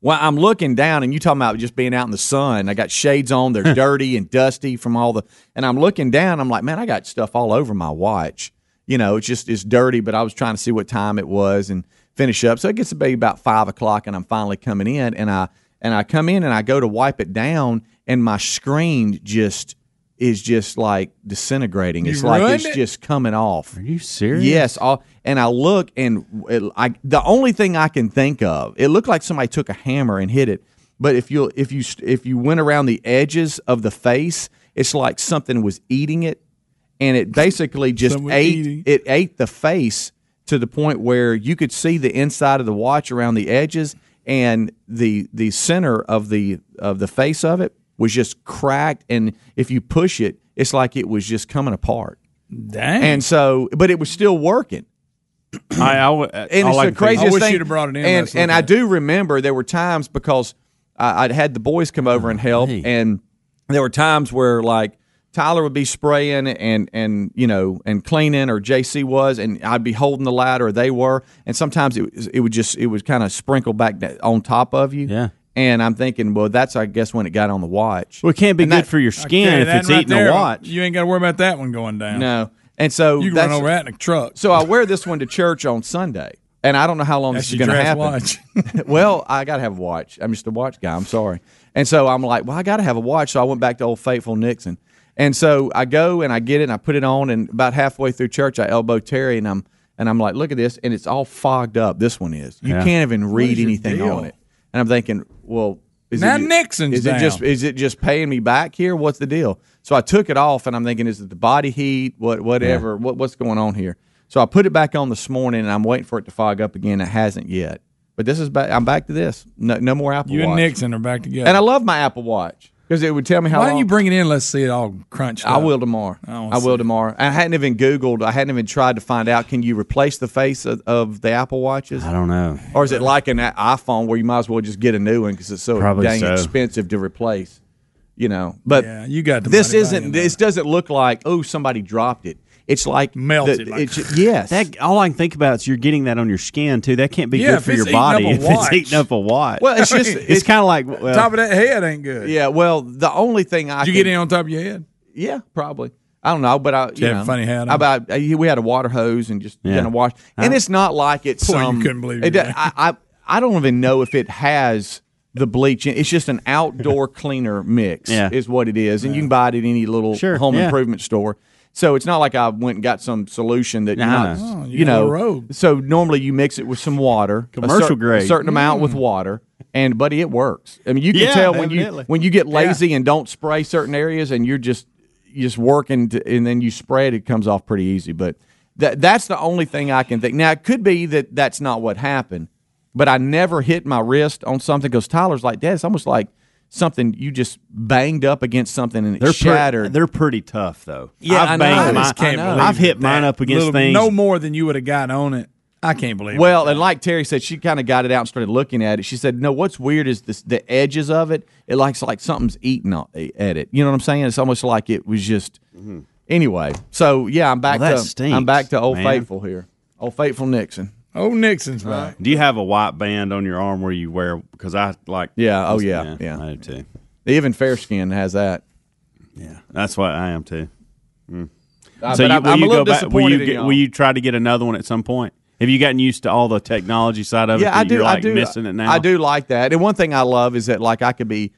Speaker 4: Well, I'm looking down, and you talking about just being out in the sun. I got shades on; they're dirty and dusty from all the. And I'm looking down. I'm like, man, I got stuff all over my watch. You know, it's just it's dirty. But I was trying to see what time it was and finish up. So it gets to be about five o'clock, and I'm finally coming in, and I and I come in and I go to wipe it down, and my screen just is just like disintegrating. it's like
Speaker 7: ruined
Speaker 4: it's
Speaker 7: it?
Speaker 4: just coming off.
Speaker 5: Are you serious?
Speaker 4: Yes, all, and I look, and it, I the only thing I can think of, it looked like somebody took a hammer and hit it. But if you if you if you went around the edges of the face, it's like something was eating it, and it basically just
Speaker 7: Someone
Speaker 4: ate
Speaker 7: eating.
Speaker 4: it ate the face to the point where you could see the inside of the watch around the edges, and the the center of the of the face of it was just cracked, and if you push it, it's like it was just coming apart.
Speaker 7: Dang.
Speaker 4: And so, but it was still working.
Speaker 5: I, I, w- I
Speaker 4: and
Speaker 5: like
Speaker 4: it's the
Speaker 5: to think-
Speaker 4: craziest
Speaker 7: I wish
Speaker 4: thing.
Speaker 7: you'd have brought it in.
Speaker 4: And
Speaker 7: Let's look
Speaker 4: and
Speaker 7: at
Speaker 4: I
Speaker 7: it.
Speaker 4: do remember there were times because I, I'd had the boys come over and help,
Speaker 5: Oh, Hey.
Speaker 4: and there were times where like Tyler would be spraying and and you know and cleaning, or JC was, and I'd be holding the ladder, or they were, and sometimes it was- it would just it was kind of sprinkle back da- on top of you.
Speaker 5: Yeah.
Speaker 4: And I'm thinking, well, that's I guess when it got on the watch.
Speaker 5: Well, it can't be
Speaker 4: And
Speaker 5: good
Speaker 4: that-
Speaker 5: for your
Speaker 7: Yeah,
Speaker 5: skin if
Speaker 7: that
Speaker 5: it's
Speaker 7: right
Speaker 5: eating
Speaker 7: there,
Speaker 5: a watch.
Speaker 7: You ain't got to worry about that one going down.
Speaker 4: No. And so
Speaker 7: You can
Speaker 4: that's
Speaker 7: run over that in a truck.
Speaker 4: so I wear this one to church on Sunday, and I don't know how long
Speaker 7: That's
Speaker 4: this
Speaker 7: your
Speaker 4: is going to
Speaker 7: dress
Speaker 4: happen.
Speaker 7: watch.
Speaker 4: well, I got to have a watch. I'm just a watch guy. I'm sorry. And so I'm like, well, I got to have a watch. So I went back to old faithful Nixon. And so I go and I get it and I put it on. And about halfway through church, I elbow Terry and I'm and I'm like, look at this. And it's all fogged up. This one is. You
Speaker 5: Yeah.
Speaker 4: can't even read
Speaker 7: your
Speaker 4: anything
Speaker 7: deal?
Speaker 4: on it. And I'm thinking, well, is
Speaker 7: Now
Speaker 4: it ju-
Speaker 7: Nixon's
Speaker 4: is it just
Speaker 7: down.
Speaker 4: is it just paying me back here? What's the deal? So I took it off and I'm thinking, is it the body heat? What whatever? What what's going on here? So I put it back on this morning and I'm waiting for it to fog up again. It hasn't yet. But this is back. I'm back to this. No, no more Apple
Speaker 7: you
Speaker 4: Watch.
Speaker 7: and Nixon are back together.
Speaker 4: And I love my Apple Watch because it would tell me how.
Speaker 7: Why don't
Speaker 4: long-
Speaker 7: you bring it in? Let's see it all crunched.
Speaker 4: I
Speaker 7: up.
Speaker 4: will tomorrow.
Speaker 7: I
Speaker 4: I,
Speaker 7: wanna see
Speaker 4: will
Speaker 7: it.
Speaker 4: tomorrow. I hadn't even Googled. I hadn't even tried to find out. Can you replace the face of, of the Apple Watches?
Speaker 5: I don't know.
Speaker 4: Or is it like an i- iPhone where you might as well just get a new one because it's so
Speaker 5: Probably
Speaker 4: dang
Speaker 5: so.
Speaker 4: expensive to replace? You know, but
Speaker 7: Yeah, you got the
Speaker 4: this
Speaker 7: money
Speaker 4: isn't.
Speaker 7: value
Speaker 4: This doesn't look like oh somebody dropped it. It's like
Speaker 7: Melted, like-
Speaker 4: it's, yes,
Speaker 5: That all I can think about is you're getting that on your skin too. That can't be
Speaker 7: Yeah,
Speaker 5: good
Speaker 7: if
Speaker 5: for
Speaker 7: it's
Speaker 5: your
Speaker 7: eating up
Speaker 5: body
Speaker 7: a
Speaker 5: if it's
Speaker 7: watch.
Speaker 5: eating up a watch.
Speaker 4: Well, it's just-
Speaker 5: it's kind of like well,
Speaker 7: Top of that head ain't good.
Speaker 4: yeah. Well, the only thing I
Speaker 7: Did you
Speaker 4: can-
Speaker 7: get in on top of your head?
Speaker 4: Yeah, probably. I don't know, but I you
Speaker 7: you have
Speaker 4: know,
Speaker 7: a funny hat on?
Speaker 4: About uh, we had a water hose and just
Speaker 5: Yeah.
Speaker 4: kind of washed. And it's not like it's
Speaker 7: Boy, you
Speaker 4: some.
Speaker 7: couldn't believe
Speaker 4: it.
Speaker 7: your
Speaker 4: do-
Speaker 7: life.
Speaker 4: I, I I don't even know if it has the bleach in. It's just an outdoor cleaner mix,
Speaker 5: Yeah.
Speaker 4: is what it is, and you can buy it at any little
Speaker 5: Sure,
Speaker 4: home
Speaker 5: yeah.
Speaker 4: improvement store. So it's not like I went and got some solution that
Speaker 5: No,
Speaker 4: not,
Speaker 5: no.
Speaker 7: Oh, you
Speaker 4: you
Speaker 7: got a
Speaker 4: know.
Speaker 7: rogue.
Speaker 4: So normally you mix it with some water, a
Speaker 5: Commercial
Speaker 4: cer-
Speaker 5: grade.
Speaker 4: a certain amount
Speaker 7: Mm.
Speaker 4: with water, and buddy, it works. I mean, you can
Speaker 5: Yeah,
Speaker 4: tell when
Speaker 5: evidently.
Speaker 4: you when you get lazy and don't spray certain areas and you're just you just working to, and then you spray it it comes off pretty easy but that that's the only thing i can think now it could be that that's not what happened but i never hit my wrist on something because tyler's like dad it's almost like something you just banged up against something and it
Speaker 5: they're pre-
Speaker 4: shattered
Speaker 5: they're pretty tough though.
Speaker 4: Yeah, I
Speaker 5: I've
Speaker 4: know. I
Speaker 5: banged
Speaker 4: just
Speaker 5: mine-
Speaker 4: can't believe
Speaker 5: I've hit mine
Speaker 7: That
Speaker 5: up against
Speaker 7: little-
Speaker 5: things.
Speaker 7: No more than you would have got on it. I can't believe it.
Speaker 4: well, and like Terry said, she kind of got it out and started looking at it. She said, "No, what's weird is this, the edges of it. It likes like something's eating o- e, at it. You know what I'm saying? It's almost like it was just
Speaker 5: Mm-hmm.
Speaker 4: anyway. So yeah, I'm back
Speaker 5: Well, that
Speaker 4: to
Speaker 5: stinks,
Speaker 4: I'm back to Old
Speaker 5: man.
Speaker 4: Faithful here. Old Faithful Nixon.
Speaker 7: Oh, Nixon's back.
Speaker 5: Do you have a white band on your arm where you wear? Because I like.
Speaker 4: Yeah, oh, yeah, yeah.
Speaker 5: I do too.
Speaker 4: Even fair skin has that.
Speaker 5: Yeah, that's what I am too. Mm.
Speaker 4: Uh, but I'm-
Speaker 5: will
Speaker 4: I'm a little
Speaker 5: Will you
Speaker 4: disappointed in
Speaker 5: get-
Speaker 4: y'all.
Speaker 5: will you try to get another one at some point? Have you gotten used to all the technology side of it?
Speaker 4: Yeah,
Speaker 5: that
Speaker 4: I do.
Speaker 5: You're like
Speaker 4: I do.
Speaker 5: missing it now.
Speaker 4: I do like that. And one thing I love is that like I could be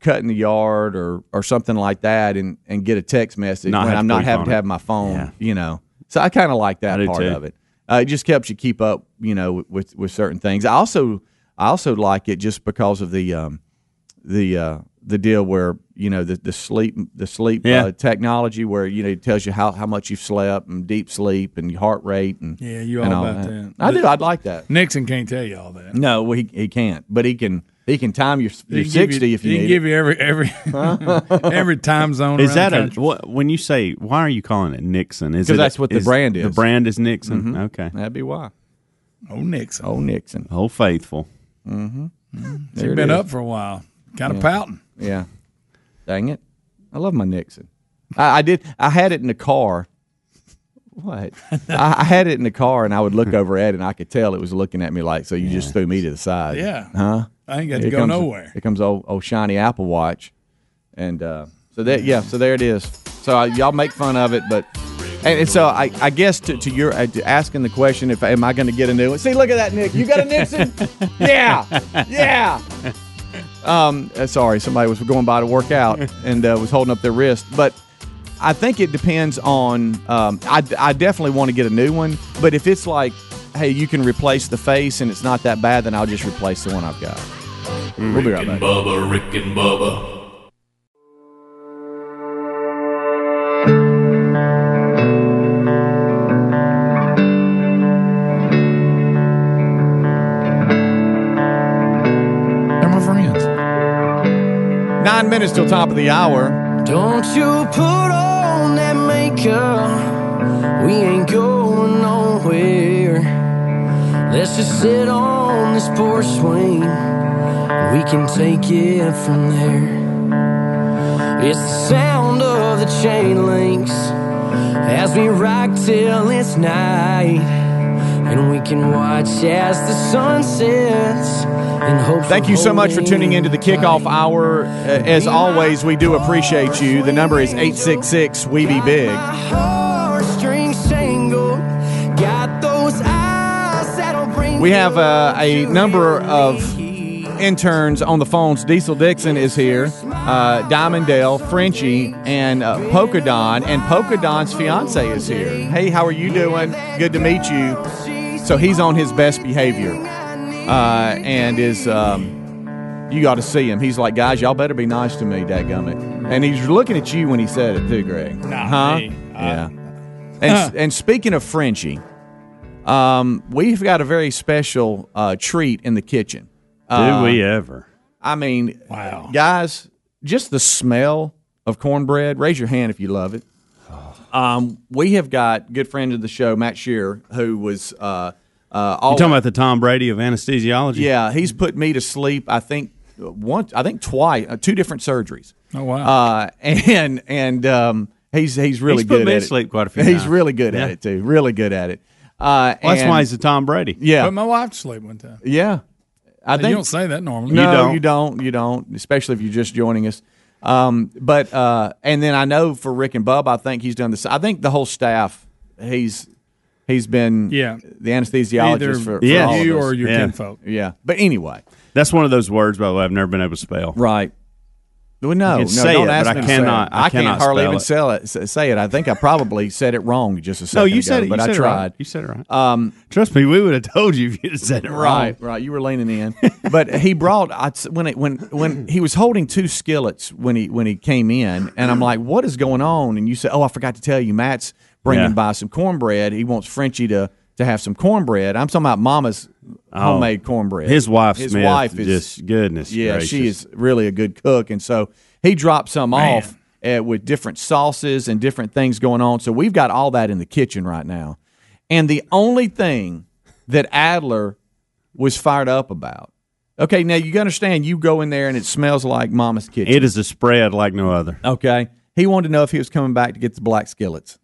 Speaker 4: cutting the yard or or something like that, and and get a text message
Speaker 5: Not have
Speaker 4: when
Speaker 5: to
Speaker 4: I'm
Speaker 5: put
Speaker 4: not
Speaker 5: your
Speaker 4: having to
Speaker 5: phone
Speaker 4: have
Speaker 5: up.
Speaker 4: my phone.
Speaker 5: Yeah.
Speaker 4: You know, so I kind of like
Speaker 5: I
Speaker 4: that
Speaker 5: do
Speaker 4: part
Speaker 5: too.
Speaker 4: of it. Uh, it just helps you keep up. You know, with with certain things. I also I also like it just because of the um the uh the deal where you know the the sleep the sleep
Speaker 5: Yeah.
Speaker 4: uh, technology where you know it tells you how, how much you've slept and deep sleep and your heart rate and
Speaker 7: Yeah, you
Speaker 4: and
Speaker 7: all about that.
Speaker 4: I do. I'd like that.
Speaker 7: Nixon can't tell you all that.
Speaker 4: No, well, he, he can't, but he can he can time your,
Speaker 7: He can
Speaker 4: your
Speaker 7: give
Speaker 4: sixty if you
Speaker 7: he
Speaker 4: need
Speaker 7: can give you every every every time zone. around
Speaker 5: Is that
Speaker 7: the
Speaker 5: a
Speaker 7: country.
Speaker 5: what, when you say? Why are you calling it Nixon? Is
Speaker 4: 'Cause
Speaker 5: it a-
Speaker 4: that's what the brand
Speaker 5: The
Speaker 4: is.
Speaker 5: brand is Nixon. Okay,
Speaker 4: it. That'd be why.
Speaker 7: Oh, Nixon.
Speaker 4: Oh, Nixon.
Speaker 5: Old Faithful.
Speaker 4: Mm-hmm. there
Speaker 7: He's
Speaker 4: it
Speaker 7: been
Speaker 4: is.
Speaker 7: up for a while. Kind of pouting.
Speaker 4: Yeah. Dang it! I love my Nixon. I, I did. I had it in the car. What? I, I had it in the car, and I would look over at it, and I could tell it was looking at me like, "So you just threw me to the side."
Speaker 7: Yeah.
Speaker 4: Huh?
Speaker 7: I ain't got
Speaker 4: Here
Speaker 7: to go
Speaker 4: comes-
Speaker 7: nowhere.
Speaker 4: Here comes old, old shiny Apple Watch, and uh, so that yeah, so there it is. So I, y'all make fun of it, but and, and so I, I guess to, to your uh, to asking the question if am I going to get a new one? See, look at that, Nick. You got a Nixon? yeah, yeah. Um, uh, sorry, somebody was going by to work out and uh, was holding up their wrist, but. I think it depends on. Um, I, I definitely want to get a new one, but if it's like, hey, you can replace the face and it's not that bad, then I'll just replace the one I've got. We'll be right
Speaker 10: Rick
Speaker 4: back.
Speaker 10: and Bubba, Rick and Bubba.
Speaker 7: They're my friends.
Speaker 4: Nine minutes till top of the hour.
Speaker 12: Don't you put on that makeup. We ain't going somewhere. Let's just sit on this porch swing. We can take it from there. It's the sound of the chain links as we rock till it's night. And we can watch as the sun sets and hope.
Speaker 4: Thank you so much for tuning into the kickoff hour. Uh, As always, we do appreciate you. The number is 866 We Be Big.
Speaker 12: Heartstrings tangled, got those eyes that'll bring
Speaker 4: We have uh, a
Speaker 12: you
Speaker 4: number of
Speaker 12: relief.
Speaker 4: interns on the phones. Diesel Dixon is here, uh, Diamond Dale, Frenchie, and uh, Polka Don. And Polka Don's fiance is here. Hey, how are you doing? Good to meet you. So he's on his best behavior uh, and is. Um, you got to see him. He's like, guys, y'all better be nice to me, dadgummit. And he's looking at you when he said it, too, Greg.
Speaker 7: Nah,
Speaker 4: huh?
Speaker 7: me. Uh,
Speaker 4: yeah. And, and speaking of Frenchie, um, we've got a very special uh, treat in the kitchen. Uh,
Speaker 5: Do we ever?
Speaker 4: I mean,
Speaker 7: Wow.
Speaker 4: guys, just the smell of cornbread. Raise your hand if you love it.
Speaker 5: Oh.
Speaker 4: Um, we have got good friend of the show, Matt Shearer, who was uh, uh, all
Speaker 5: You talking about the Tom Brady of anesthesiology?
Speaker 4: yeah, he's put me to sleep. I think once, I think twice, uh, two different surgeries.
Speaker 7: Oh, wow.
Speaker 4: Uh, and and um, he's he's really
Speaker 5: He's put
Speaker 4: good
Speaker 5: me
Speaker 4: at
Speaker 5: to
Speaker 4: it.
Speaker 5: sleep quite a few
Speaker 4: He's
Speaker 5: times.
Speaker 4: really good at
Speaker 5: Yeah.
Speaker 4: it too. Really good at it. Uh,
Speaker 5: Well, that's
Speaker 4: and-
Speaker 5: why he's a Tom Brady.
Speaker 4: yeah,
Speaker 7: Put my wife to sleep one time.
Speaker 4: yeah. I
Speaker 7: you
Speaker 4: think
Speaker 7: don't say that normally.
Speaker 4: no,
Speaker 5: don't.
Speaker 4: you don't. You don't, especially if you're just joining us. Um, but uh, and then I know for Rick and Bub, I think he's done this. I think the whole staff, he's he's been
Speaker 7: Yeah.
Speaker 4: the anesthesiologist
Speaker 7: Either
Speaker 4: for, for
Speaker 5: Yeah.
Speaker 4: all of
Speaker 7: you
Speaker 4: us.
Speaker 7: or your
Speaker 5: Yeah.
Speaker 7: kinfolk.
Speaker 4: yeah. But anyway,
Speaker 5: That's one of those words, by the way, I've never been able to spell.
Speaker 4: right. Well, no,
Speaker 5: I
Speaker 4: no,
Speaker 5: can say
Speaker 4: don't
Speaker 5: it,
Speaker 4: ask
Speaker 5: but
Speaker 4: me
Speaker 5: I
Speaker 4: to say it.
Speaker 5: cannot- I
Speaker 4: can't
Speaker 5: cannot
Speaker 4: hardly
Speaker 5: spell
Speaker 4: even
Speaker 5: it.
Speaker 4: sell it, s- say it. I think I probably said it wrong just a second
Speaker 5: No, you
Speaker 4: ago,
Speaker 5: said it.
Speaker 4: but
Speaker 5: you
Speaker 4: I
Speaker 5: said It
Speaker 4: tried.
Speaker 5: right. You said it right. Um, Trust me, we would have told you if you would said it
Speaker 4: Right, right. You were leaning in, but he brought I, when it, when when he was holding two skillets when he when he came in, and I'm like, "What is going on?" And you said, "Oh, I forgot to tell you, Matt's bringing
Speaker 5: Yeah.
Speaker 4: by some cornbread. He wants Frenchie to to have some cornbread." I'm talking about Mama's homemade cornbread.
Speaker 5: Oh. His wife,
Speaker 4: his
Speaker 5: Smith,
Speaker 4: wife is
Speaker 5: just goodness.
Speaker 4: yeah,
Speaker 5: gracious.
Speaker 4: she is really a good cook, and so he dropped some off uh, with different sauces and different things going on. So we've got all that in the kitchen right now, and the only thing that Adler was fired up about. Okay, now you understand. You go in there and it smells like Mama's kitchen.
Speaker 5: It is a spread like no other
Speaker 4: okay, he wanted to know if he was coming back to get the black skillets.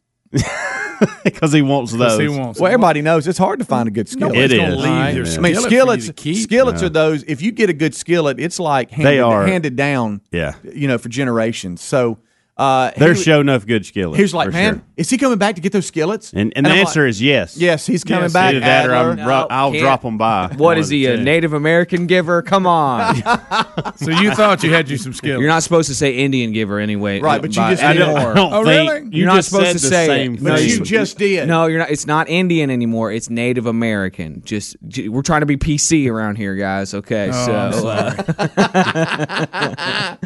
Speaker 5: because he wants those.
Speaker 7: See who wants
Speaker 4: Well,
Speaker 7: it.
Speaker 4: everybody knows it's hard to find a good skillet.
Speaker 5: It
Speaker 7: gonna
Speaker 5: is.
Speaker 7: leave
Speaker 5: All right.
Speaker 7: their
Speaker 5: Yeah.
Speaker 4: I mean,
Speaker 7: skillet for you
Speaker 4: skillets.
Speaker 7: to keep.
Speaker 4: Skillets are those. If you get a good skillet, it's like handed,
Speaker 5: They are-
Speaker 4: handed down.
Speaker 5: Yeah.
Speaker 4: you know, for generations. So uh,
Speaker 5: They're
Speaker 4: he,
Speaker 5: show enough good skillets.
Speaker 4: he was like,
Speaker 5: for
Speaker 4: man,
Speaker 5: sure.
Speaker 4: is he coming back to get those skillets?
Speaker 5: and, and the
Speaker 4: I'm like,
Speaker 5: answer is yes.
Speaker 4: yes, he's coming
Speaker 7: Yes,
Speaker 4: back.
Speaker 5: Either that or I'm,
Speaker 4: Adler.
Speaker 5: I'll drop them by.
Speaker 13: What is
Speaker 5: One
Speaker 13: he,
Speaker 5: of
Speaker 13: a
Speaker 5: the two.
Speaker 13: Native American giver? Come on.
Speaker 7: So you thought you had you some skillet.
Speaker 13: You're not supposed to say Indian giver anyway.
Speaker 4: Right, but you
Speaker 13: By-
Speaker 4: just
Speaker 5: I
Speaker 4: did.
Speaker 5: don't, I don't
Speaker 7: Oh,
Speaker 5: think
Speaker 7: really?
Speaker 5: you
Speaker 13: You're not
Speaker 5: just
Speaker 13: supposed
Speaker 5: said
Speaker 13: to
Speaker 5: the
Speaker 13: say it.
Speaker 5: same
Speaker 13: No,
Speaker 4: But
Speaker 5: thing.
Speaker 4: you just did.
Speaker 13: No, you're not. It's not Indian anymore. It's Native American. Just j- we're trying to be PC around here, guys. Okay,
Speaker 7: Oh,
Speaker 13: so
Speaker 7: I'm
Speaker 13: uh,
Speaker 7: sorry.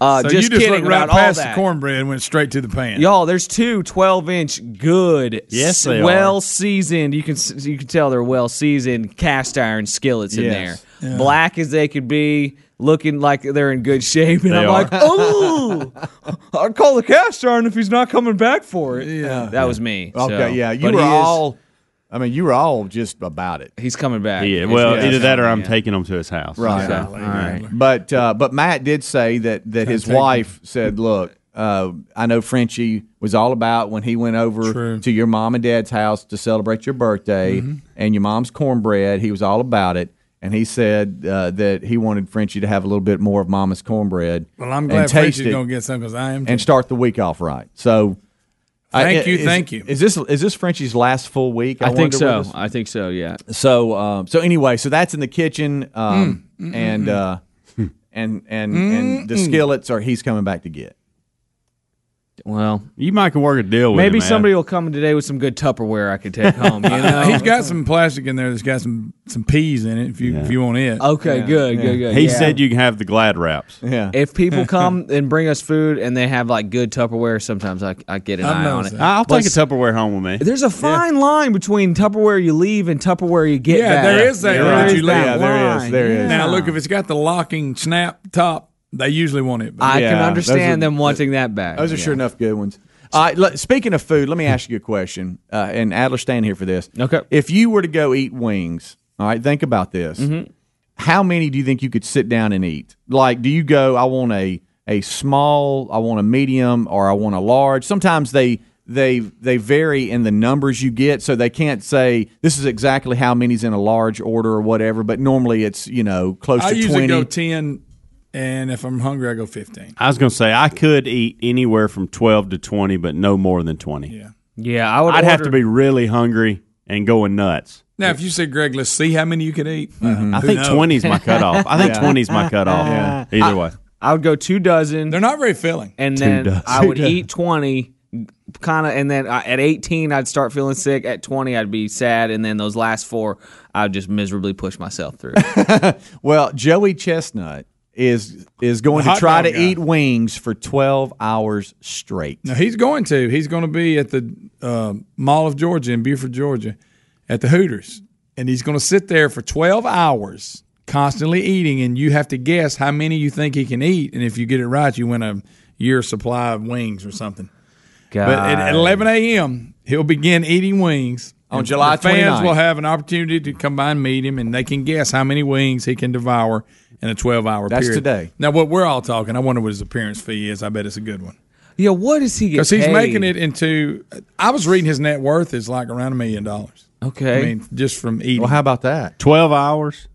Speaker 13: uh,
Speaker 7: So
Speaker 13: just,
Speaker 7: you just
Speaker 13: kidding
Speaker 7: looked right
Speaker 13: about all
Speaker 7: past the
Speaker 13: that.
Speaker 7: cornbread and went straight to the pan.
Speaker 13: Y'all, there's two 12 inch good,
Speaker 5: Yes, they are.
Speaker 13: well seasoned. You can s- you can tell they're well seasoned cast iron skillets in
Speaker 4: Yes.
Speaker 13: there, black as they could be, looking like they're in good shape. And
Speaker 5: They
Speaker 13: I'm
Speaker 5: are.
Speaker 13: like, oh, I'd call the cast iron if he's not coming back for it.
Speaker 7: Yeah.
Speaker 13: that was me.
Speaker 4: Okay,
Speaker 13: so.
Speaker 4: yeah, you
Speaker 13: But
Speaker 4: were
Speaker 13: he is-
Speaker 4: all. I mean, you were all just about it.
Speaker 13: He's coming back.
Speaker 5: Yeah, well,
Speaker 13: It's-
Speaker 5: either that or I'm
Speaker 13: yeah.
Speaker 5: taking them to his house.
Speaker 4: Right.
Speaker 5: So,
Speaker 4: Yeah.
Speaker 13: All right.
Speaker 4: But uh, but Matt did say that that his
Speaker 7: take
Speaker 4: wife said, "Look, uh, I know Frenchie was all about when he went over
Speaker 7: True. Mm-hmm.
Speaker 4: to your mom and dad's house to celebrate your birthday and your mom's cornbread. He was all about it." And he said uh, that he wanted Frenchie to have a little bit more of Mama's cornbread.
Speaker 7: Well, I'm
Speaker 4: and
Speaker 7: glad
Speaker 4: taste
Speaker 7: Frenchie's
Speaker 4: it
Speaker 7: going to get some because I am.
Speaker 4: and start the week off right. So, I-
Speaker 7: Thank you,
Speaker 4: is-
Speaker 7: thank you.
Speaker 4: Is this is this Frenchie's last full week?
Speaker 13: I think
Speaker 4: wonder,
Speaker 13: so.
Speaker 4: with us?
Speaker 13: I think so. Yeah.
Speaker 4: So um, so anyway, so that's in the kitchen, um, and uh, and and and the skillets are he's coming back to get.
Speaker 13: Well,
Speaker 5: You might can work a deal with
Speaker 13: maybe
Speaker 5: him, Adam.
Speaker 13: somebody will come today with some good Tupperware I could take home. You know.
Speaker 7: He's got some plastic in there that's got some some peas in it. If you if you want it,
Speaker 13: Okay, good, good, good.
Speaker 5: He
Speaker 13: yeah.
Speaker 5: said you can have the glad wraps.
Speaker 4: Yeah,
Speaker 13: if people come and bring us food and they have like good Tupperware, sometimes I, I get an
Speaker 7: I've
Speaker 13: eye on it.
Speaker 7: noticed that.
Speaker 5: I'll
Speaker 13: But
Speaker 5: take a Tupperware home with me.
Speaker 13: There's a fine line between Tupperware you leave and Tupperware you get.
Speaker 7: Yeah,
Speaker 13: back.
Speaker 7: there is that
Speaker 13: There
Speaker 7: line
Speaker 13: is
Speaker 7: you leave.
Speaker 13: that
Speaker 7: Yeah,
Speaker 4: there is,
Speaker 13: line.
Speaker 4: there is.
Speaker 7: Now look, if it's got the locking snap top, they usually want it. But
Speaker 13: I
Speaker 4: Yeah,
Speaker 13: can
Speaker 4: those
Speaker 13: understand
Speaker 4: are-
Speaker 13: them wanting that back.
Speaker 4: those are sure enough good ones. Uh, le- speaking of food, let me ask you a question. Uh, and Adler, stand here for this.
Speaker 13: Okay.
Speaker 4: If you were to go eat wings, all right, think about this.
Speaker 13: Mm-hmm.
Speaker 4: How many do you think you could sit down and eat? Like, do you go? I want a a small, I want a medium, or I want a large. Sometimes they they they vary in the numbers you get, so they can't say this is exactly how many's in a large order or whatever. But normally it's you know close
Speaker 7: I
Speaker 4: to
Speaker 7: usually
Speaker 4: twenty.
Speaker 7: go ten, and if I'm hungry, I go fifteen.
Speaker 5: I was going to say I could eat anywhere from twelve to twenty, but no more than twenty. Yeah,
Speaker 13: Yeah, I
Speaker 5: I would
Speaker 13: would.
Speaker 5: I'd have to
Speaker 13: order-
Speaker 5: be really hungry and going nuts.
Speaker 7: Now, if you say, Greg, let's see how many you can eat.
Speaker 5: Mm-hmm.
Speaker 7: uh,
Speaker 5: I think twenty is my cutoff. I think
Speaker 7: Yeah.
Speaker 5: twenty is my cutoff.
Speaker 7: Yeah.
Speaker 5: Either way,
Speaker 13: I would go two dozen. They're
Speaker 7: not very filling.
Speaker 13: And
Speaker 5: Two
Speaker 13: then
Speaker 5: dozen.
Speaker 13: I would
Speaker 5: Two dozen.
Speaker 13: eat twenty, kind of, and then I, at eighteen I'd start feeling sick. At twenty I'd be sad, and then those last four I'd just miserably push myself through.
Speaker 4: Well, Joey Chestnut is is going
Speaker 7: The
Speaker 4: to
Speaker 7: hot
Speaker 4: try
Speaker 7: dog
Speaker 4: to
Speaker 7: guy.
Speaker 4: eat wings for twelve hours straight.
Speaker 7: No, he's going to. He's going to be at the uh, Mall of Georgia in Buford, Georgia, at the Hooters, and he's going to sit there for twelve hours, constantly eating, and you have to guess how many you think he can eat, and if you get it right, you win a year's supply of wings or something. But at, at
Speaker 13: God.
Speaker 7: eleven a.m., he'll begin eating wings.
Speaker 4: On
Speaker 7: and
Speaker 4: July
Speaker 7: the fans
Speaker 4: 29th.
Speaker 7: will have an opportunity to come by and meet him, and they can guess how many wings he can devour in a twelve-hour
Speaker 4: That's
Speaker 7: period.
Speaker 4: today.
Speaker 7: Now, what we're all talking, I wonder what his appearance fee is. I bet it's a good one.
Speaker 13: yeah, what does he get?
Speaker 7: Because he's
Speaker 13: paid?
Speaker 7: making it into. I was reading his net worth is like around a million dollars.
Speaker 13: Okay.
Speaker 7: I mean, just from eating.
Speaker 4: Well, how about that?
Speaker 5: twelve hours.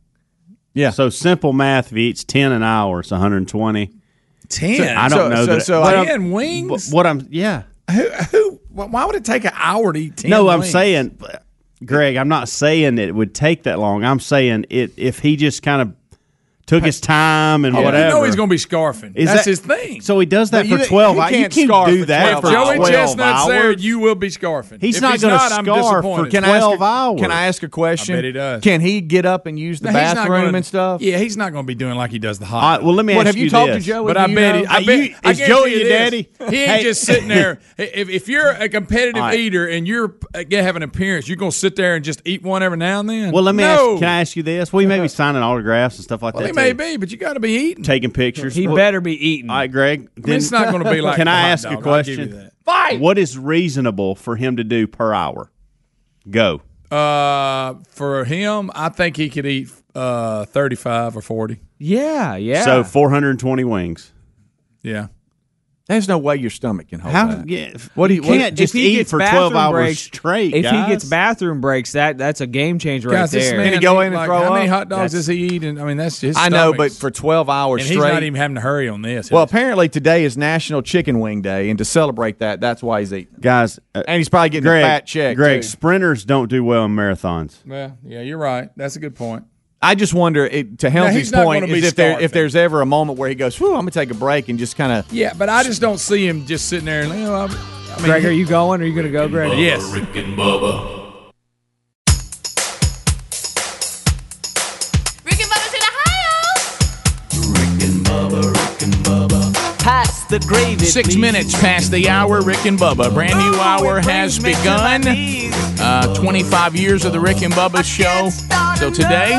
Speaker 4: Yeah.
Speaker 5: So simple math: if he eats ten an hour, it's one hundred and twenty.
Speaker 7: ten?
Speaker 5: I don't
Speaker 4: So-
Speaker 5: know
Speaker 4: so-
Speaker 5: that.
Speaker 4: so
Speaker 5: but
Speaker 4: I-
Speaker 5: I'm-
Speaker 7: ten wings.
Speaker 5: what I'm yeah.
Speaker 7: Why- Why would it take an hour to eat ten?
Speaker 5: no, I'm
Speaker 7: wings?
Speaker 5: saying, Greg, I'm not saying it would take that long. I'm saying it if he just kind of took his time and
Speaker 7: Oh,
Speaker 5: whatever.
Speaker 7: You know he's going to be scarfing.
Speaker 5: Is
Speaker 7: That's
Speaker 5: that-
Speaker 7: his thing.
Speaker 5: So he does that
Speaker 4: But you-
Speaker 5: for twelve
Speaker 4: you
Speaker 5: hours. You
Speaker 4: can't
Speaker 5: can't
Speaker 4: scarf
Speaker 5: do
Speaker 4: for
Speaker 5: that
Speaker 4: 12
Speaker 5: for
Speaker 4: hours.
Speaker 7: Joey
Speaker 5: twelve
Speaker 7: Chestnut's
Speaker 5: hours.
Speaker 7: there, you will be scarfing.
Speaker 5: He's
Speaker 7: If
Speaker 5: not
Speaker 7: he's
Speaker 5: going to
Speaker 7: not, I'm
Speaker 5: scarf for
Speaker 7: disappointed.
Speaker 4: Can I ask
Speaker 5: twelve
Speaker 4: a-
Speaker 5: hours.
Speaker 4: Can I ask a question?
Speaker 7: I bet he does.
Speaker 4: Can he get up and use the
Speaker 7: No, he's not
Speaker 4: bathroom
Speaker 7: gonna-
Speaker 4: and stuff?
Speaker 7: Yeah, he's not going to be doing like he does the hot.
Speaker 5: All right, well, let me ask
Speaker 4: What have you,
Speaker 5: you
Speaker 4: talked
Speaker 5: this.
Speaker 4: to Joey?
Speaker 7: But
Speaker 4: Do
Speaker 7: I
Speaker 4: you
Speaker 7: bet,
Speaker 4: know?
Speaker 7: he, uh, I
Speaker 5: Are
Speaker 7: bet
Speaker 5: you-
Speaker 7: I
Speaker 5: is
Speaker 7: guarantee
Speaker 5: Joey
Speaker 7: you
Speaker 5: your
Speaker 7: this.
Speaker 5: daddy?
Speaker 7: He ain't
Speaker 5: Hey.
Speaker 7: just sitting there. If, if you're a competitive
Speaker 5: All right.
Speaker 7: eater and you're uh, gonna have an appearance, you're gonna sit there and just eat one every now and then.
Speaker 5: Well, let me.
Speaker 7: No.
Speaker 5: ask Can I ask you this? Well, he may be signing autographs and stuff like
Speaker 7: Well,
Speaker 5: that.
Speaker 7: he may
Speaker 5: too.
Speaker 7: be, but you got to be eating.
Speaker 5: taking pictures.
Speaker 13: he
Speaker 5: Well,
Speaker 13: better be eating.
Speaker 5: All right, Greg.
Speaker 7: I mean, it's not going to be like.
Speaker 5: Can
Speaker 7: the
Speaker 5: I
Speaker 7: hot
Speaker 5: ask
Speaker 7: dog,
Speaker 5: a
Speaker 7: I'll give you
Speaker 5: question?
Speaker 7: that.
Speaker 5: What is reasonable for him to do per hour? Go.
Speaker 7: Uh, for him, I think he could eat uh, 35 or 40.
Speaker 13: yeah, yeah.
Speaker 5: So 420 wings.
Speaker 7: Yeah.
Speaker 4: There's no way your stomach can hold
Speaker 5: How?
Speaker 4: that.
Speaker 5: Yeah,
Speaker 4: What do
Speaker 5: you
Speaker 4: you- what-
Speaker 5: can't
Speaker 13: if
Speaker 5: just
Speaker 13: he
Speaker 5: eat
Speaker 13: gets
Speaker 5: for
Speaker 13: bathroom
Speaker 5: 12 hours
Speaker 13: breaks-
Speaker 5: straight.
Speaker 13: if
Speaker 5: guys.
Speaker 13: he gets bathroom breaks, that that's a game changer
Speaker 7: Guys,
Speaker 13: right
Speaker 7: this
Speaker 13: there.
Speaker 7: man,
Speaker 4: he go in and
Speaker 7: like,
Speaker 4: throw
Speaker 7: How many
Speaker 4: up?
Speaker 7: hot dogs does he eat? And I mean, that's just.
Speaker 4: I know, but for 12 hours
Speaker 7: and he's
Speaker 4: straight.
Speaker 7: not even having to hurry on this.
Speaker 4: well, apparently today is National Chicken Wing Day, and to celebrate that, that's why he's eating.
Speaker 5: guys, uh,
Speaker 4: And he's probably getting
Speaker 5: Greg,
Speaker 4: a fat check.
Speaker 5: Greg,
Speaker 4: too.
Speaker 5: sprinters don't do well in marathons.
Speaker 7: yeah, yeah, you're right. That's a good point.
Speaker 4: I just wonder it, to Helmsy's
Speaker 7: he's not
Speaker 4: point
Speaker 7: gonna
Speaker 4: is
Speaker 7: be
Speaker 4: if there
Speaker 7: starving.
Speaker 4: if there's ever a moment where he goes, "Whew, I'm gonna take a break and just kind of
Speaker 7: Yeah, but I just don't see him just sitting there. And, you know, I, I mean,
Speaker 13: Greg, are you going? Are you going to go, Greg?
Speaker 7: Yes.
Speaker 10: Rick and Bubba.
Speaker 11: Rick and Bubba's in Ohio.
Speaker 12: Pass the gravy. Oh,
Speaker 6: Six minutes past the hour, Rick and Bubba. Brand new hour has begun. Uh, 25 years of the Rick and Bubba show. So today,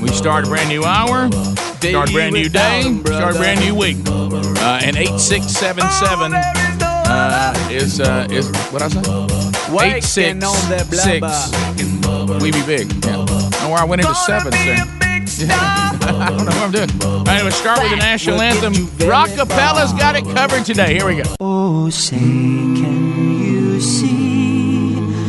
Speaker 6: we start a brand new hour, start a brand new day, start a brand new week. Uh, and
Speaker 12: Oh,
Speaker 6: 8677 uh, is, uh, is what I say?
Speaker 12: Waking on that blubber.
Speaker 6: 866. We be big. Yeah. And where I went into sevens there. I don't know what I'm doing. All right, we'll start with the national anthem. Rockapella's got it covered today. Here we go.
Speaker 12: Oh, say, can you see